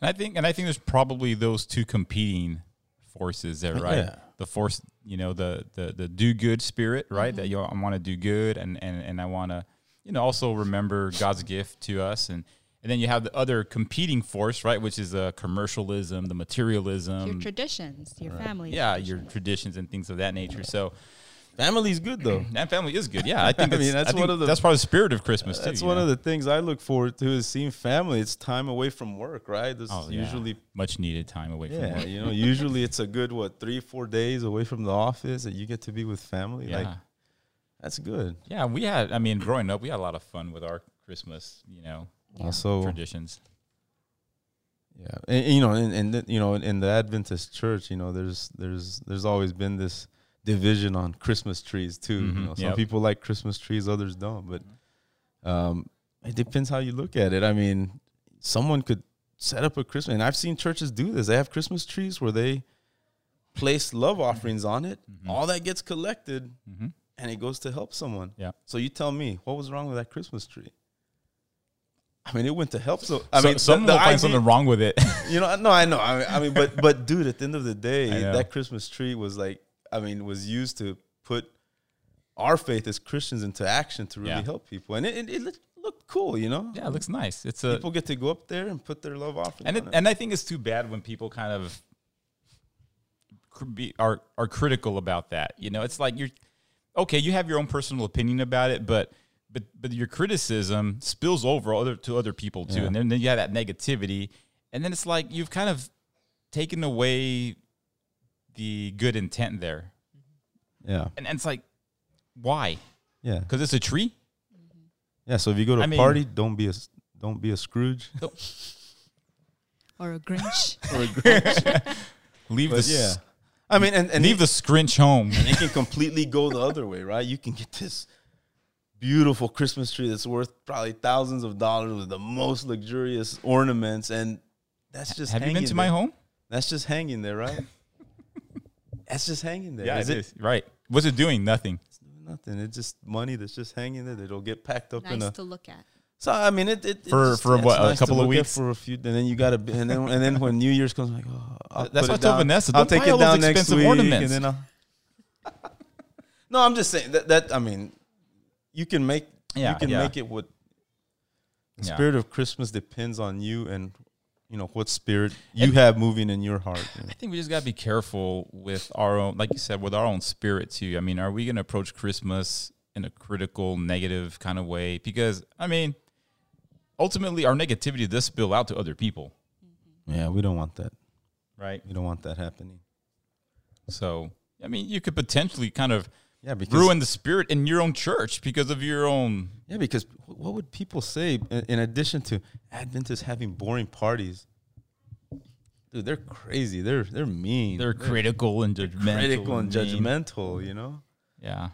A: And I think and I think there's probably those two competing forces there, right?
B: Yeah.
A: The force, you know, the the the do good spirit, right?
B: Mm-hmm.
A: That you know, I want to do good and and and I want to you know also remember God's gift to us and and then you have the other competing force, right, which is the commercialism, the materialism.
C: your traditions, your family.
A: um, yeah, your traditions and things of that nature. So
B: family's good though.
A: that family is good. Yeah, I think
B: [LAUGHS] I mean,
A: it's-
B: that's
A: I think
B: one of the-
A: that's part of the spirit of Christmas too.
B: That's one of the things I look forward to is seeing family. It's time away from work, right? This is usually
A: much needed time away Oh, from
B: Yeah,
A: work.
B: you know, usually it's a good what three, four days away from the office that you get to be with family.
A: Yeah.
B: Like that's good.
A: yeah, we had I mean, growing up, we had a lot of fun with our Christmas, you know,
B: Also,
A: traditions.
B: yeah, and, and, you know, and, and th- you know, in, in the Adventist church, you know, there's there's there's always been this division on Christmas trees too.
A: Mhm,
B: You know, some
A: yep.
B: people like Christmas trees, others don't. But um, it depends how you look at it. I mean, someone could set up a Christmas, and I've seen churches do this. They have Christmas trees where they place love offerings on it. All that gets collected.
A: Mm-hmm.
B: and it goes to help someone.
A: Yeah.
B: So you tell me, what was wrong with that Christmas tree? I mean, it went to help. So I mean,
A: someone
B: the, the
A: will find
B: idea-
A: something wrong with
B: [LAUGHS]
A: it.
B: You know, no, I know. I mean, I mean, but but dude, at the end of the
A: [LAUGHS] I
B: day,
A: know.
B: that Christmas tree was like, I mean, was used to put our faith as Christians into action to really
A: Yeah.
B: help people, and it it, it looked, looked cool, you know.
A: yeah, it looks nice. It's a
B: People get to go up there and put their love offering.
A: and it,
B: on it.
A: and I think it's too bad when people kind of cr- be, are are critical about that. You know, it's like you're okay. You have your own personal opinion about it, but but but your criticism spills over other to other people too, and then, then you have that negativity, and then it's like you've kind of taken away the good intent there,
B: yeah,
A: and, and it's like why?
B: yeah,
A: Because it's a tree.
B: yeah. So if you go to
A: I
B: a
A: mean-
B: party, don't be a s- don't be a Scrooge.
C: Or
A: [LAUGHS]
C: a Grinch.
A: Leave the
B: But yeah,
A: s
B: [LAUGHS] I mean, and, and
A: leave the scrinch [LAUGHS] home.
B: and it can completely go the other way, right? You can get this beautiful Christmas tree that's worth probably thousands of dollars with the most luxurious ornaments, and that's just
A: Have you
B: hanging
A: been to my
B: there.
A: home?
B: That's just hanging there, right? that's just hanging there. Is it,
A: Right. What's it doing? Nothing.
B: It's nothing? It's just money that's just hanging there that'll get packed up in
C: nice
B: a.
C: to look at.
B: so I mean, it, it it
A: For-
B: just-
A: for
B: it's
A: what, a
B: nice to
A: couple of
B: look at
A: weeks?
B: for a few, and then you gotta be- and then and then when New Year's comes, like oh, I'll
A: That's what
B: put
A: I told
B: it down.
A: Vanessa,
B: I'll
A: don't
B: take
A: buy all
B: it
A: those
B: down next
A: expensive
B: week,
A: ornaments.
B: and then I'll. no, I'm just saying that that I mean, you can make
A: Yeah,
B: you can
A: yeah.
B: make it what the
A: Yeah.
B: spirit of Christmas depends on you and you know what spirit you have moving in your heart. you know.
A: I think we just gotta be careful with our own, like you said, with our own spirit too. I mean, are we gonna approach Christmas in a critical, negative kind of way? Because I mean, ultimately, our negativity does spill out to other people,
B: Yeah, we don't want that.
A: right?
B: We don't want that happening.
A: So, I mean, you could potentially kind of
B: Yeah, because
A: ruin the spirit in your own church because of your own.
B: Yeah, because wh- what would people say in, in addition to Adventists having boring parties? Dude, they're crazy. They're they're mean.
A: They're critical and judgmental,
B: critical and
A: mean.
B: judgmental. You know,
A: Yeah.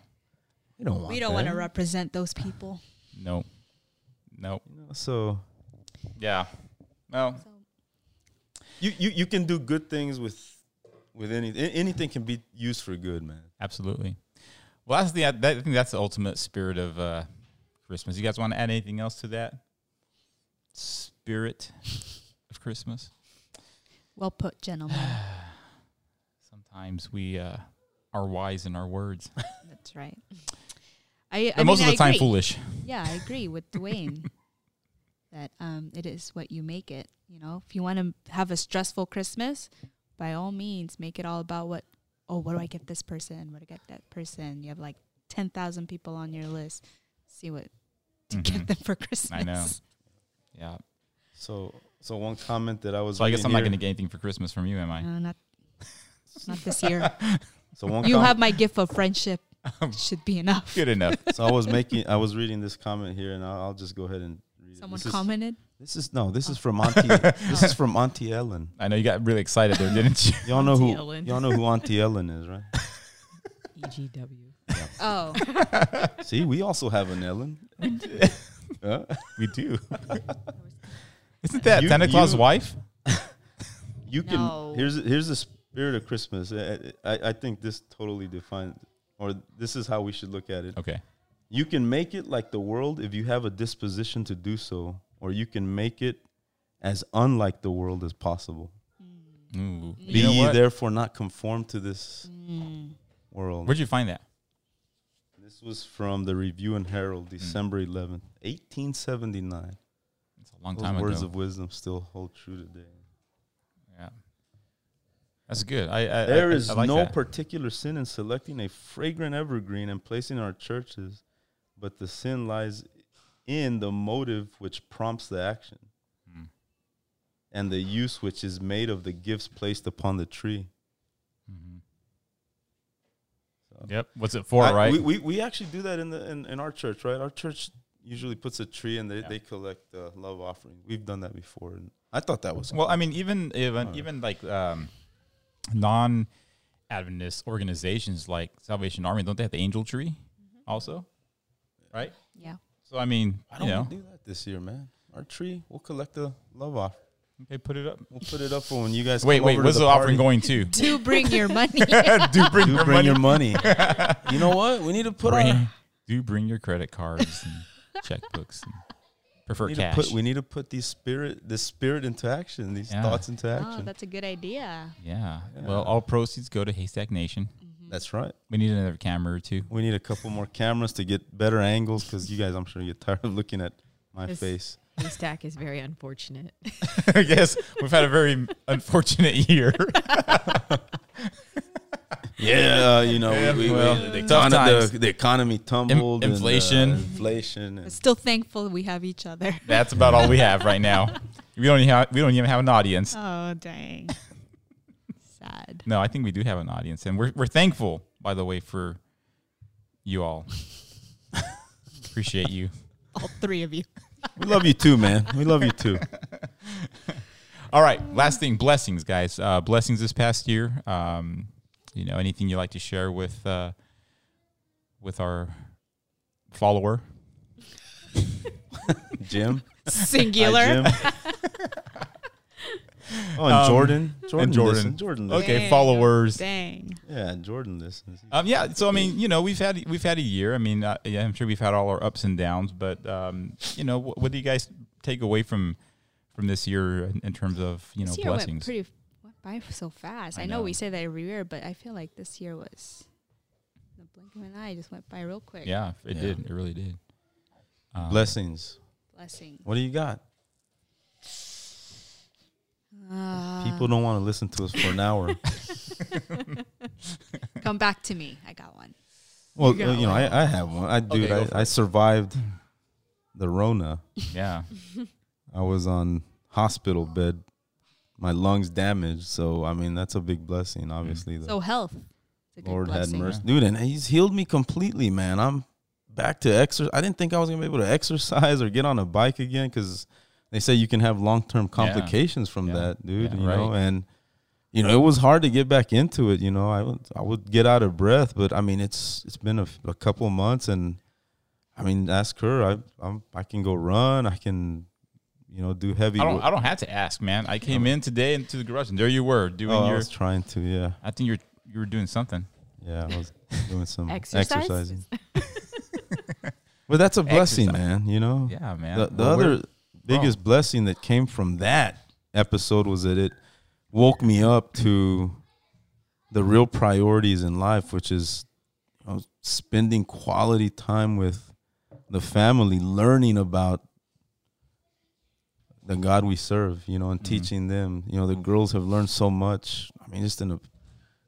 B: we don't want.
C: We don't want to
B: that,
C: represent those people.
A: No. Nope.
B: you know? So
A: Yeah. Well,
B: you, you you can do good things with with any a- anything can be used for good, man.
A: Absolutely. Well, that's the I that- I think that's the ultimate spirit of uh, Christmas. You guys want to add anything else to that spirit of Christmas?
C: Well
A: [SIGHS]
C: put, gentlemen.
A: Sometimes we uh, are wise in our words,
D: That's right.
C: I, I
A: and most
C: mean,
A: of the
C: I
A: time
C: agree.
A: foolish.
C: Yeah, I agree
A: [LAUGHS]
C: with Dwayne that um, it is what you make it. You know, if you want to have a stressful Christmas, by all means, make it all about what, oh, what do I get this person? What do I get that person? You have like 10,000 people on your list. See what to
A: Mhm.
C: get them for Christmas.
A: I
C: [LAUGHS]
A: know. Yeah.
B: So so one comment that I was
A: So I guess
B: reading
A: I'm not
B: here-
A: going to get anything for Christmas from you, am I?
C: No, not, not
A: [LAUGHS]
C: this year.
B: So one
C: You
B: com-
C: have my gift of friendship. Should be enough.
A: Oh. Good enough.
B: [LAUGHS] so I was making I was reading this comment here and I'll, I'll just go ahead and read it.
C: Someone Oh.
B: This
A: [LAUGHS]
B: is-
C: commented.
B: This is no, this is from Auntie This
C: [LAUGHS]
B: is from Auntie Ellen.
A: I know you got really excited there, didn't you? [LAUGHS]
B: Y'all know
D: Auntie
B: who
D: Ellen.
B: y'all know who Auntie Ellen is, right?
D: E EGW.
A: [LAUGHS]
C: Oh,
B: See, we also have an Ellen. [LAUGHS] Huh?
A: We do. Isn't that
B: You-
A: Santa Claus'
B: you-
A: wife?
B: You can
C: No.
B: here's here's the spirit of Christmas. I, I, I think this totally defines or this is how we should look at it.
A: Okay.
B: You can make it like the world if you have a disposition to do so, or you can make it as unlike the world as possible.
A: Ooh.
B: Be
A: You know
B: ye
A: what?
B: therefore not conformed to this
C: Mm.
B: world.
A: Where'd you find that?
B: This was from the Review and Herald, December eleventh, eighteen seventy nine.
A: It's a long
B: Those
A: time
B: words
A: ago.
B: of wisdom still hold true today.
A: yeah. That's good. I, I I-
B: There
A: I-
B: is
A: I like
B: no
A: that.
B: particular sin in selecting a fragrant evergreen and placing in our churches, but the sin lies in the motive which prompts the action
A: Hmm.
B: and the use which is made of the gifts placed upon the tree.
A: Mhm.
B: So-
A: Yep. What's it for,
B: I-
A: right?
B: We, we, we actually do that in the in, in our church, right? Our church usually puts a tree and they,
A: Yeah.
B: they collect uh, love offering. We've done that before, and I thought that was
A: well, I mean, even even, even like um, non Adventist organizations like Salvation Army, don't they have the angel tree also? Right?
C: yeah.
A: So, I mean,
B: I
A: you
B: don't
A: know,
B: wanna do that this year, man. Our tree, we'll collect the love offering.
A: okay, put it up.
B: We'll put it up for when you guys.
A: Wait,
B: come
A: wait,
B: over to
A: where's the,
B: the
A: offering
B: party.
A: going to? do
C: Do bring
A: [LAUGHS]
C: your money.
A: bring
B: Do
A: your
B: bring
A: money. [LAUGHS]
B: your money. you know what? We need to put
A: bring,
B: our.
A: do bring your credit cards and checkbooks.
B: [LAUGHS]
A: And prefer
B: We need, to
A: cash.
B: put, we need to put these spirit, this spirit into action. These
A: Yeah.
B: thoughts into
C: oh,
B: action. that's,
C: that's a good idea.
A: yeah. Well, all proceeds go to Haystack Nation.
B: right.
A: We need another camera or [LAUGHS] two.
B: We need a couple more cameras to get better angles because you guys, I'm sure, get tired of looking at my
D: Yes.
B: face.
D: Haystack is very unfortunate.
A: yes, we've had a very unfortunate year.
B: Yeah, uh, you know,
A: Yeah,
B: we, we,
A: well,
B: we- the,
A: tough
B: econo- the-
A: times.
B: the economy tumbled, and, uh,
A: inflation.
B: inflation, and
C: Still thankful we have each other.
A: That's about all we have right now. We don't even have, we don't even have an audience.
C: [LAUGHS] Oh, dang. [LAUGHS] Sad.
A: No, I think we do have an audience, and we're we're thankful, by the way, for you all. [LAUGHS] Appreciate you.
C: All three of you.
B: we love you too, man. We love you too.
A: All right, last thing, blessings, guys. Uh, blessings this past year. Um, you know, anything you like to share with uh, with our follower?
B: Jim, Hi,
C: [LAUGHS] Singular.
B: Jim. oh, and
A: Um,
B: Jordan, Jordan,
A: Jordan.
B: listen, Jordan, listen.
A: Okay,
C: Dang,
A: followers.
C: Dang.
B: yeah, Jordan listens.
A: Um, yeah, so I mean, you know, we've had we've had a year. I mean, uh, yeah, I'm sure we've had all our ups and downs, but um, you know, what, what do you guys take away from from this year in, in terms of you know
C: this year went
A: blessings?
C: pretty f- went by so fast.
A: I
C: I, know.
A: know.
C: we say that every year, but I feel like this year was the blink of an eye just went by real quick.
A: yeah, it
B: Yeah.
A: did. It really did. Um,
B: Blessings.
C: Blessing.
B: What do you got?
C: Uh,
B: People don't want to listen to us for an hour.
C: come back to me. I got one.
B: well,
D: got
B: well, you know, I, I have one. I dude,
A: go for
B: I, I survived the Rona.
A: Yeah.
B: I was on hospital bed, my lungs damaged. So I mean, that's a big blessing. Obviously, the
C: So health. It's a good
B: Lord had
C: blessing.
B: mercy, dude, and He's healed me completely, man. I'm back to exercise. I didn't think I was gonna be able to exercise or get on a bike again because they say you can have long term complications from
A: Yeah.
B: that, dude.
A: Yeah,
B: you know,
A: right.
B: and you know it was hard to get back into it. You know, I would I would get out of breath, but I mean, it's it's been a, f- a couple of months, and I mean, ask her. I I'm, I can go run. I can, you know, do heavy.
A: I don't.
B: wo-
A: I don't have to ask, man. I came in today into the garage, and there you were doing
B: oh, I
A: your.
B: was trying to, yeah,
A: I think you're you were doing something.
B: yeah. I was doing some
D: Exercise?
B: exercising. [LAUGHS] But that's a blessing,
A: Exercise.
B: man. You know,
A: Yeah, man.
B: Oh. the, the
A: Well, we're-
B: other biggest blessing that came from that episode was that it woke me up to the real priorities in life, which is you know, spending quality time with the family, learning about the God we serve, you know, and
A: Mm-hmm.
B: teaching them. You know, the girls have learned so much. I mean, just in the,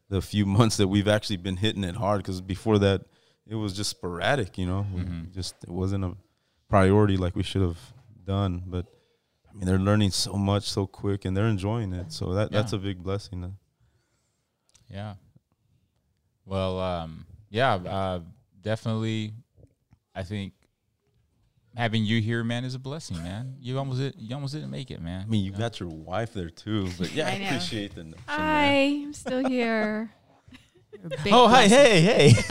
B: the few [LAUGHS] months that we've actually been hitting it hard, because before that, it was just sporadic. You know, We
A: Mm-hmm.
B: just it wasn't a priority like we should have done. But I mean, they're learning so much so quick, and they're enjoying it. So that that's
A: Yeah.
B: a big blessing. uh,
A: Yeah. Well, um, yeah, uh, definitely. I think having you here, man, is a blessing, man. You almost did, you almost didn't make it, man.
B: I mean, you got your wife there too,
A: [LAUGHS]
B: but yeah, I,
D: I know.
B: appreciate the. notion there.
D: Hi, I'm [LAUGHS] still here.
A: oh, hi, hey, hey.
D: As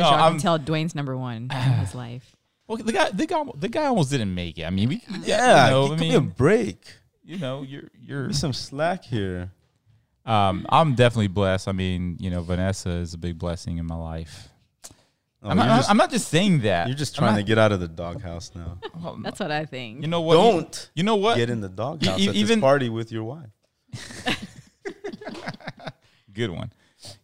A: No,
D: y'all
A: I'm-
D: can tell, Dwayne's number one in his life.
A: well, the guy, the guy, the guy almost didn't make it. I mean, we,
B: Yeah,
A: you know, I
B: give me a
A: mean,
B: break.
A: you know, you're, you're.
B: Give me some slack here.
A: Um, I'm definitely blessed. I mean, you know, Vanessa is a big blessing in my life.
B: Oh,
A: I'm,
B: you're,
A: not, I'm-
B: just,
A: I'm not just saying that.
B: you're just trying to get out of the doghouse
A: [LAUGHS]
B: now.
D: That's what I think.
A: You know what?
B: Don't
A: You, know what?
B: Get in the doghouse
A: e-
B: at
A: even-
B: this party with your wife.
A: Good one.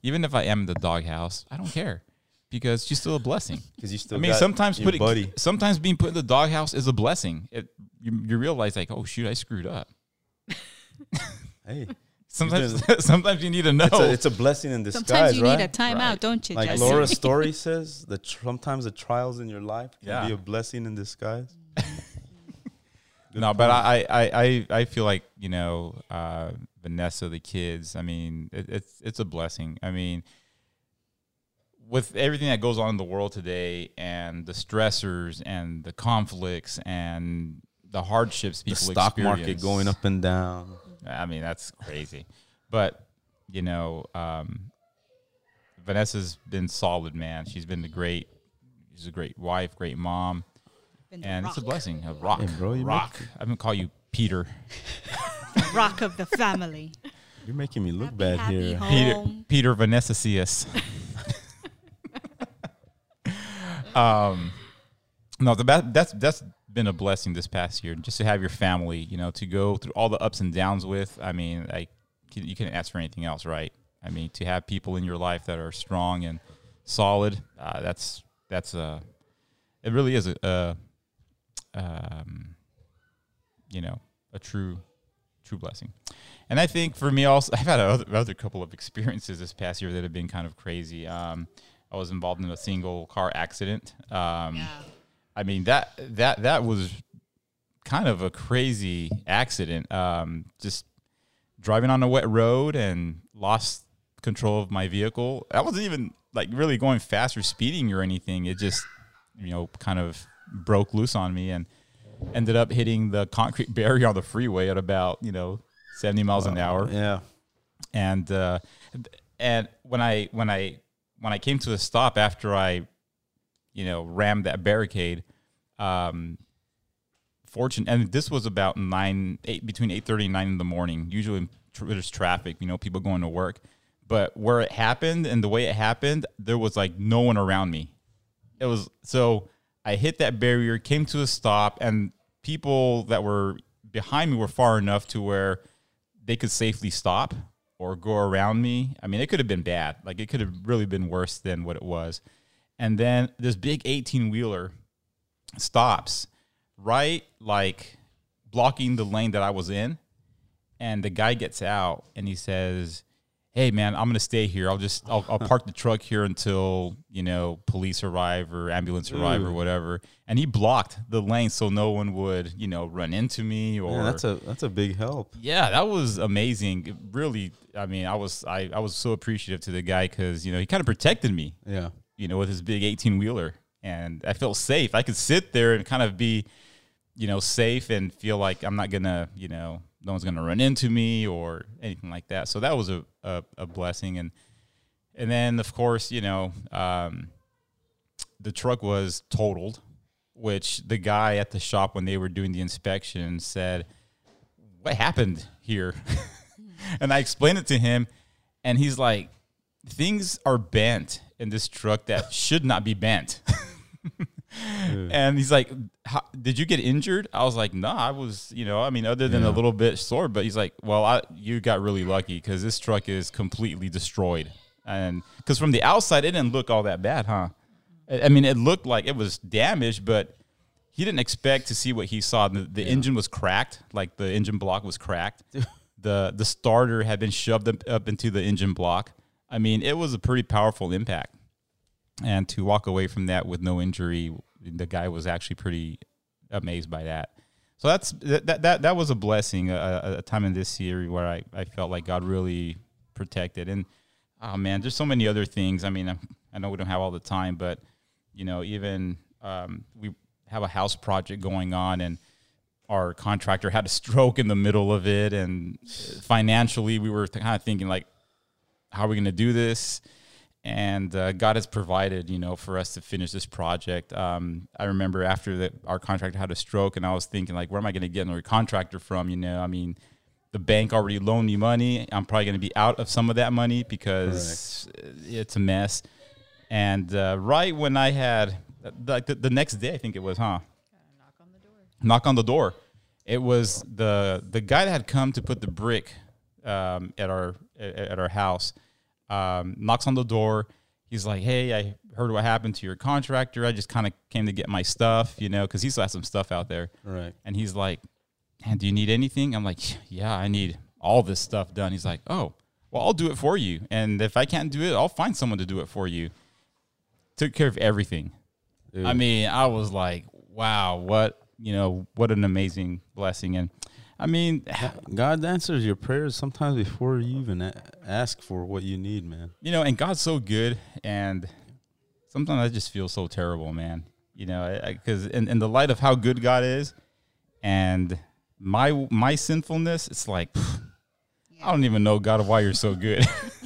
A: Even if I am in the doghouse, I don't care because she's still a blessing.
B: Because you still
A: I mean,
B: got
A: sometimes
B: your
A: putting
B: buddy.
A: sometimes being put in the doghouse is a blessing. It, you, you realize like, oh shoot, I screwed up. [LAUGHS]
B: Hey,
A: Sometimes [LAUGHS] sometimes you need to know.
B: it's, a, it's a blessing in disguise,
C: Sometimes you
B: right?
C: need a timeout,
A: Right.
C: don't you,
B: like
A: [LAUGHS]
C: Jesse?
B: Laura Story says, that tr- sometimes the trials in your life can
A: Yeah.
B: be a blessing in disguise.
A: no, but I, I I I feel like you know uh, Vanessa, the kids. I mean, it, it's it's a blessing. I mean, with everything that goes on in the world today, and the stressors, and the conflicts, and the hardships people
B: The stock market
A: experience.
B: going up and down.
A: I mean, that's crazy. But, you know, um, Vanessa's been solid, man. She's been a great, she's a great wife, great mom.
C: Been the
A: And it's a
C: rock-
A: blessing. A rock.
B: Hey, bro, you
A: rock. I'm going to call you Peter.
C: rock of the family.
B: You're making me look
C: Happy,
B: bad
C: happy
B: here.
C: home.
A: Peter, Peter Vanessa Cius. um, no, the ba- that's that's been a blessing this past year, just to have your family, you know, to go through all the ups and downs with. I mean, like you you couldn't ask for anything else, right? I mean, to have people in your life that are strong and solid, uh, that's that's a, it really is a, a um, you know, a true true blessing. And I think for me also, [LAUGHS] I've had other, other couple of experiences this past year that have been kind of crazy. Um, I was involved in a single car accident. Um,
C: Yeah.
A: I mean that that that was kind of a crazy accident. Um, just driving on a wet road and lost control of my vehicle. I wasn't even like really going fast or speeding or anything. It just you know kind of broke loose on me and ended up hitting the concrete [LAUGHS] barrier on the freeway at about you know 70 miles an hour
B: Yeah.
A: and uh, and when I when I when I came to a stop after I, you know, rammed that barricade, um, fortune and this was about nine eight between eight thirty and nine in the morning. Usually tr- there's traffic, you know, people going to work, but where it happened and the way it happened, there was like no one around me. It was so I hit that barrier, came to a stop, and people that were behind me were far enough to where they could safely stop or go around me. I mean, it could have been bad. Like it could have really been worse than what it was. And then this big 18 wheeler stops right like blocking the lane that I was in. And the guy gets out and he says, Hey man, I'm gonna stay here. I'll just I'll, I'll park the truck here until, you know, police arrive or ambulance arrive or whatever. And he blocked the lane so no one would, you know, run into me or
B: yeah, that's a that's a big help.
A: yeah, that was amazing. It Really, I mean, I was I, I was so appreciative to the guy because you know he kind of protected me,
B: Yeah.
A: you know, with his big eighteen wheeler, and I felt safe. I could sit there and kind of be, you know, safe and feel like I'm not gonna, you know, no one's gonna run into me or anything like that. So that was a a, a blessing, and and then of course you know um, the truck was totaled, which the guy at the shop when they were doing the inspection said what happened here? [LAUGHS] and I explained it to him, and he's like, things are bent in this truck that should not be bent. [LAUGHS] and he's like, "How- did you get injured? I was like, nah, I was, you know, I mean, other than a
B: Yeah.
A: little bit sore, but he's like, well, I, you got really lucky because this truck is completely destroyed. And because from the outside, it didn't look all that bad, huh? I I mean, it looked like it was damaged, but he didn't expect to see what he saw. The, the engine was cracked, like the engine block was cracked. the The starter had been shoved up, up into the engine block. I mean, it was a pretty powerful impact, and to walk away from that with no injury, the guy was actually pretty amazed by that. So that's that that that, that was a blessing, a, a- a time in this series where I, I felt like God really protected. And oh man, there's so many other things. I mean, i I know we don't have all the time, but you know, even um, we have a house project going on, and our contractor had a stroke in the middle of it, and financially we were kind of thinking like, how are we going to do this? And uh, God has provided, you know, for us to finish this project. Um, I remember after that, our contractor had a stroke, and I was thinking, like, where am I going to get another contractor from? You know, I mean, the bank already loaned me money. I'm probably going to be out of some of that money because it's a mess. And uh, right when I had, like, the, the next day, I think it was, huh? knock on the door. It was the the guy that had come to put the brick um, at our at, at our house. Um, knocks on the door. He's like, "Hey, I heard what happened to your contractor. I just kind of came to get my stuff, you know, because he still has some stuff out there."
B: Right.
A: And he's like, "Man, do you need anything?" I'm like, "Yeah, I need all this stuff done." He's like, "Oh, well, I'll do it for you. And if I can't do it, I'll find someone to do it for you." Took care of everything. I mean, I was like, wow, what you know, what an amazing blessing. And I mean,
B: God answers your prayers sometimes before you even a- ask for what you need, man.
A: you know, and God's so good, and sometimes I just feel so terrible, man. You know, because in, in the light of how good God is, and my my sinfulness, it's like pff, I don't even know God why you're so good.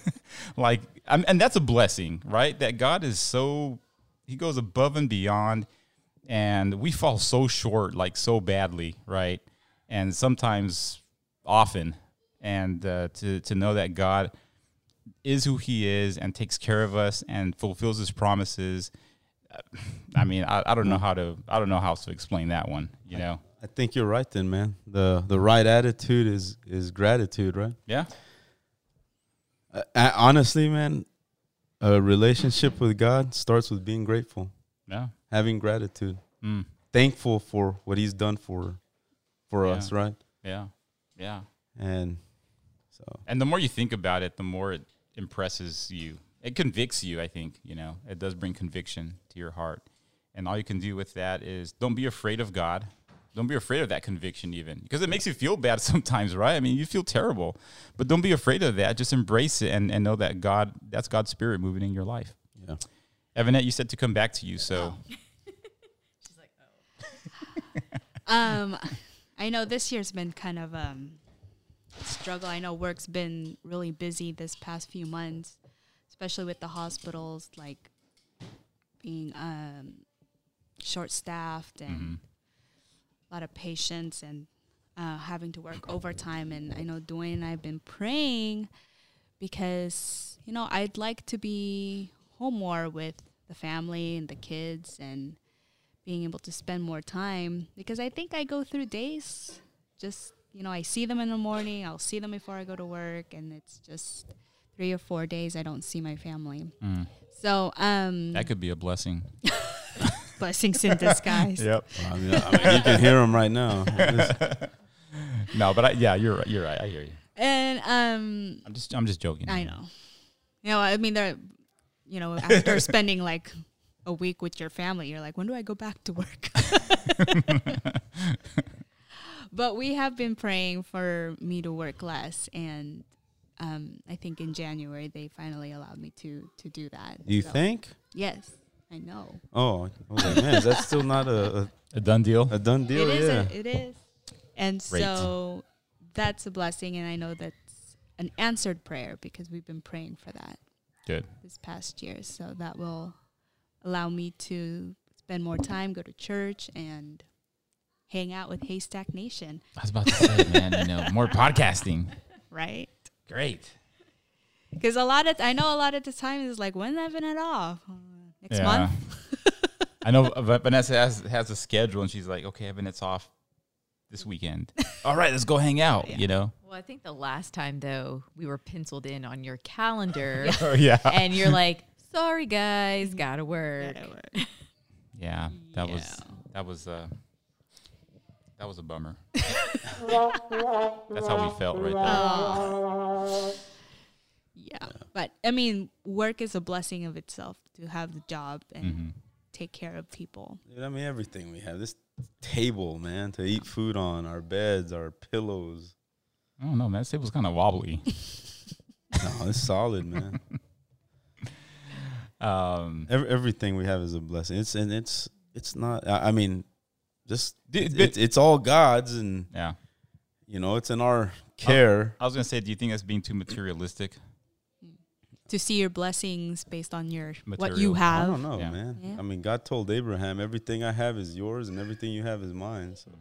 A: [LAUGHS] like, I'm, and that's a blessing, right? That God is so He goes above and beyond, and we fall so short, like so badly, right? And sometimes, often, and uh, to to know that God is who he is and takes care of us and fulfills his promises. uh, [LAUGHS] I mean, I, I don't know how to I don't know how to explain that one, you know.
B: I think you're right then, man. The the right attitude is is gratitude, right?
A: Yeah.
B: I, I, honestly, man, a relationship with God starts with being grateful,
A: Yeah.
B: having gratitude,
A: Mm.
B: thankful for what he's done for for
A: Yeah.
B: us, right?
A: Yeah. Yeah.
B: And so
A: And the more you think about it, the more it impresses you. It convicts you, I think, you know. It does bring conviction to your heart. And all you can do with that is don't be afraid of God. Don't be afraid of that conviction even because it makes you feel bad [LAUGHS] sometimes, right? I mean, you feel terrible. But don't be afraid of that. Just embrace it and, and know that God that's God's spirit moving in your life.
B: yeah.
A: Evanette, you said to come back to you, so
C: Um, [LAUGHS] I know this year's been kind of um struggle. I know work's been really busy this past few months, especially with the hospitals like being um short staffed and a lot of patients and uh, having to work overtime. And I know Dwayne and I've been praying because you know I'd like to be home more with the family and the kids and being able to spend more time because I think I go through days just you know I see them in the morning I'll see them before I go to work and it's just three or four days I don't see my family so um
A: mm, that could be a blessing.
C: blessings
A: [LAUGHS]
C: in disguise
A: Yep.
B: I mean, I mean, you can hear him right now. This-
A: No, but I, yeah, you're right. You're right. I hear you.
C: and um
A: I'm just I'm just joking.
C: I know you know I mean they're you know after spending like a week with your family you're like when do I go back to work but we have been praying for me to work less and um, I think in January they finally allowed me to to do that. [LAUGHS]
B: you
C: So-
B: think?
C: Yes, I know.
B: Oh, I was like, man, is that still not a,
A: A done deal.
B: a, a done deal?
C: it is.
B: yeah.
C: a- it is. And
A: Great.
C: so that's a blessing, and I know that's an answered prayer because we've been praying for that
A: Good.
C: this past year. So that will allow me to spend more time, go to church, and hang out with Haystack Nation.
A: I was about to say, man, you know, more podcasting.
C: Right.
A: Great.
C: Because a lot of I know a lot of the time is like when am I it off Uh, next
A: Yeah.
C: month.
A: [LAUGHS] I know Va- Vanessa has, has a schedule, and she's like, okay, Vanessa's off this weekend. [LAUGHS] All right, let's go hang out. You know.
D: Well, I think the last time though, we were penciled in on your [LAUGHS] calendar,
A: [LAUGHS] Oh yeah.
D: and you're like, "Sorry, guys, gotta work."
C: Gotta work.
A: Yeah, that was
C: Yeah.
A: That was uh, that was a
C: [LAUGHS]
A: bummer. That's how we felt right there.
C: [LAUGHS] Oh. Yeah. But I mean, work is a blessing of itself to have the job and take care of people.
B: Dude, I mean everything we have. This table, man, to eat food on, our beds, our pillows.
A: I don't know, man. This table's kind of wobbly.
B: No, it's solid, man.
A: Um,
B: Every, everything we have is a blessing. It's and it's it's not. I I mean, just
A: Did-
B: it,
A: did-
B: it's- it's all God's, and
A: yeah.
B: you know it's in our care.
A: I was gonna say, do you think that's being too materialistic?
C: To see your blessings based on your what
A: Material.
C: you
B: I
C: have.
B: don't know,
A: Yeah.
B: man.
C: Yeah.
B: I mean, God told Abraham, "Everything I have is yours, and everything you have is mine." So,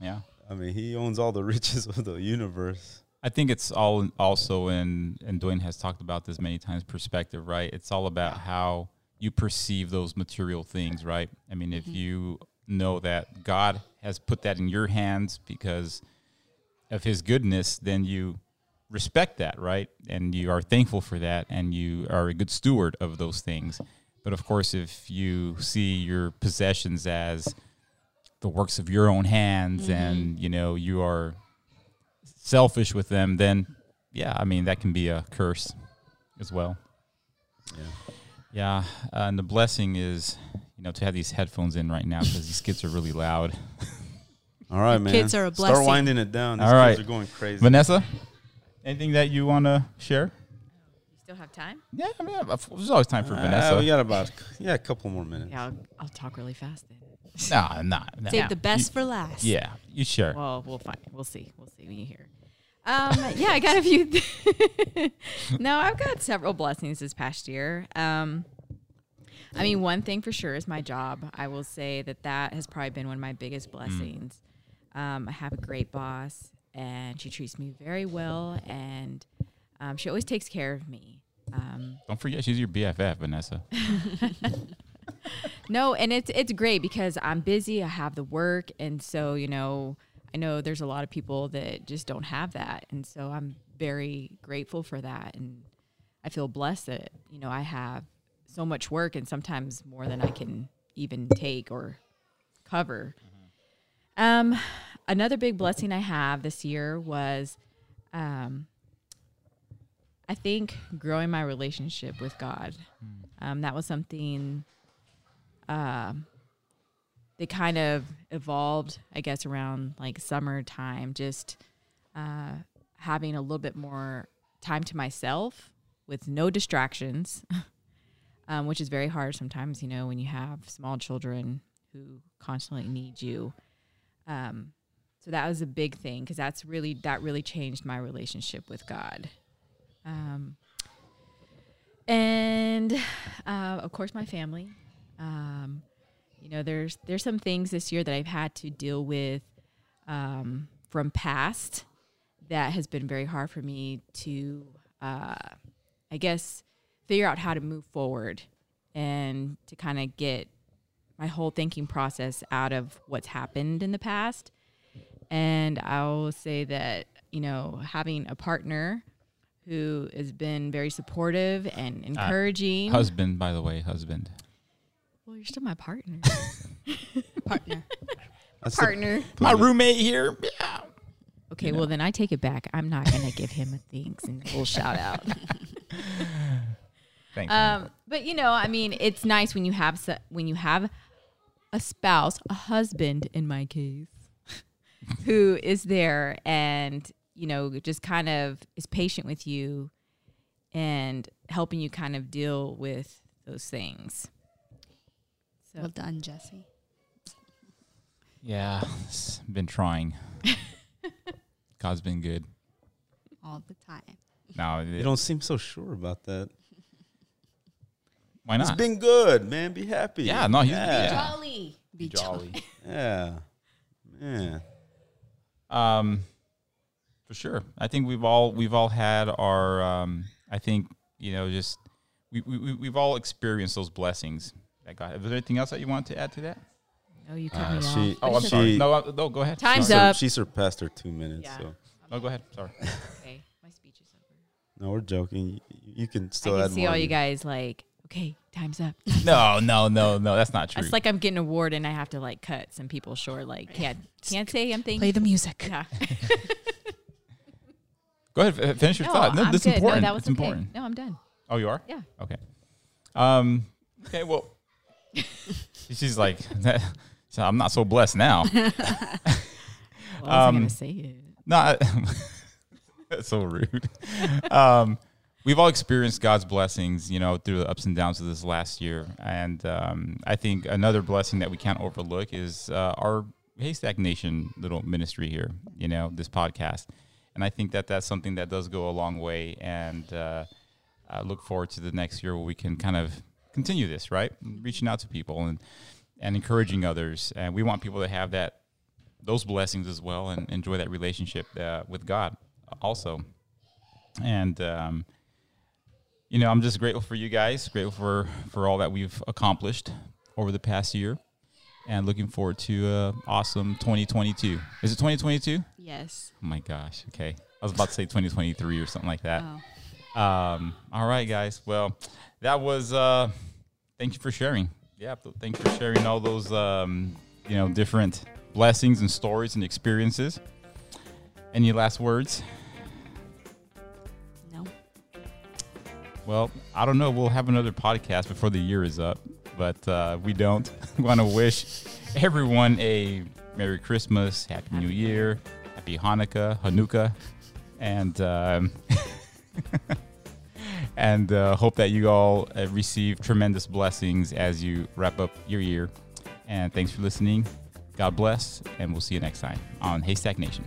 A: Yeah.
B: I mean, He owns all the [LAUGHS] riches of the universe.
A: I think it's all in- also in, and Dwayne has talked about this many times. Perspective, right? It's all about how you perceive those material things, right? I mean, if you know that God has put that in your hands because of His goodness, then you respect that, right? And you are thankful for that, and you are a good steward of those things. But of course, if you see your possessions as the works of your own hands, and you know you are selfish with them, then yeah, I mean that can be a curse as well. Yeah, uh, and the blessing is, you know, to have these headphones in right now because these kids are really loud.
B: All right, man.
C: kids are a
B: Start
C: blessing.
B: winding it down. These
A: All right.
B: kids are going crazy.
A: Vanessa, anything that you want to share?
D: You still have time?
A: Yeah, I mean, I- there's always time for
B: Ah,
A: Vanessa.
B: we got about yeah, a couple more minutes.
D: Yeah, I'll, I'll talk really fast then.
A: Nah, nah, nah.
C: Save
D: Yeah.
C: the best for last.
A: Yeah, you share.
D: Well, we'll find. We'll see. We'll see when you hear. Um, yeah, I got a few. Th- [LAUGHS] no, I've got several blessings this past year. Um, I mean, one thing for sure is my job. I will say that that has probably been one of my biggest blessings. Um, I have a great boss, and she treats me very well, and um, she always takes care of me. Um,
A: Don't forget, she's your BFF, Vanessa.
D: No, and it's it's great because I'm busy. I have the work, and so you know, I know there's a lot of people that just don't have that, and so I'm very grateful for that, and I feel blessed that you know I have so much work, and sometimes more than I can even take or cover. Um, another big blessing I have this year was, um, I think growing my relationship with God. Um, that was something um, that kind of evolved, I guess, around like summertime, just uh, having a little bit more time to myself with no distractions, [LAUGHS] um, which is very hard sometimes, you know, when you have small children who constantly need you. Um, so that was a big thing because that's really, that really changed my relationship with God. Um, and uh, of course, my family. Um, you know, there's there's some things this year that I've had to deal with um, from past that has been very hard for me to, uh, I guess, figure out how to move forward and to kind of get my whole thinking process out of what's happened in the past. And I'll say that you know, having a partner who has been very supportive and encouraging.
A: Husband, by the way, husband.
D: Well, you're still my partner.
C: Partner.
B: That's the- [LAUGHS]
D: partner.
A: My roommate here. Yeah.
D: Okay, well then I take it back. I'm not gonna give him a thanks and full shout out. [LAUGHS]
A: Thanks.
D: Um, but you know, I mean, it's nice when you have se- when you have a spouse, a husband in my case, [LAUGHS] who is there and you know just kind of is patient with you and helping you kind of deal with those things. So
C: Well done, Jesse.
A: yeah, it's been
C: [LAUGHS]
A: trying. God's been good.
C: All the time.
A: No,
C: [LAUGHS]
B: You
A: it,
B: don't seem so sure about that.
A: why
B: It's
A: not?
B: been good, man. Be happy.
A: Yeah, no, he's-
B: yeah,
D: jolly.
C: Be
B: yeah, yeah.
A: [LAUGHS] Um, for sure. I think we've all we've all had our. Um, I think you know just we, we we- we've all experienced those blessings that God. Was there anything else that you want to add to that?
D: Oh, you cut
B: Uh,
D: me
B: she,
D: off.
A: Oh, I'm
B: she,
A: sorry. No, uh, no, go ahead.
D: Time's
A: Sorry.
B: sur-
D: up.
B: she surpassed her two minutes.
D: Yeah.
B: So
A: No, go ahead. [LAUGHS] Sorry.
D: Okay, my speech is over.
B: no, we're joking. You, you can still
D: I
B: add
D: can see
B: more.
D: all you guys like. okay, time's up.
A: No, no, no, no. That's not true.
D: It's like I'm getting a award and I have to like cut some people short. Like, yeah, can't say I'm thinking.
C: Play the music.
A: [LAUGHS]
D: [LAUGHS] Yeah.
A: Go ahead, f- finish your thought. No,
D: I'm
A: that's
D: good.
A: important.
D: No, that was
A: it's
D: okay.
A: important.
D: No, I'm done.
A: Oh, you are?
D: Yeah.
A: Okay. Um. Okay.
D: [LAUGHS]
A: Well, she's like, [LAUGHS] so I'm not so blessed
D: [LAUGHS]
A: now.
D: Well, I was
A: Um,
D: gonna say it.
A: No, I- [LAUGHS] that's so rude. um, we've all experienced God's blessings, you know, through the ups and downs of this last year, and um, I think another blessing that we can't overlook is uh, our Haystack Nation little ministry here, you know, this podcast, and I think that that's something that does go a long way, and uh, I look forward to the next year where we can kind of continue this, right, reaching out to people and and encouraging others, and we want people to have that those blessings as well and enjoy that relationship uh, with God also. And um, you know, I'm just grateful for you guys, grateful for for all that we've accomplished over the past year, and looking forward to uh, awesome 2022. Is it 2022?
C: Yes.
A: Oh my gosh. Okay, I was about to say 2023 or something like that.
C: Oh.
A: Um, all right, guys. Well, that was. Uh, thank you for sharing. Yeah, th- thank you for sharing all those, um, you know, different blessings and stories and experiences. Any last words?
C: No.
A: Well, I don't know. We'll have another podcast before the year is up, but uh, we don't. [LAUGHS] want to wish everyone a Merry Christmas, Happy New Year, Happy Hanukkah, Hanukkah, and um, [LAUGHS] and uh, hope that you all uh, receive tremendous blessings as you wrap up your year. And thanks for listening. God bless, and we'll see you next time on Haystack Nation.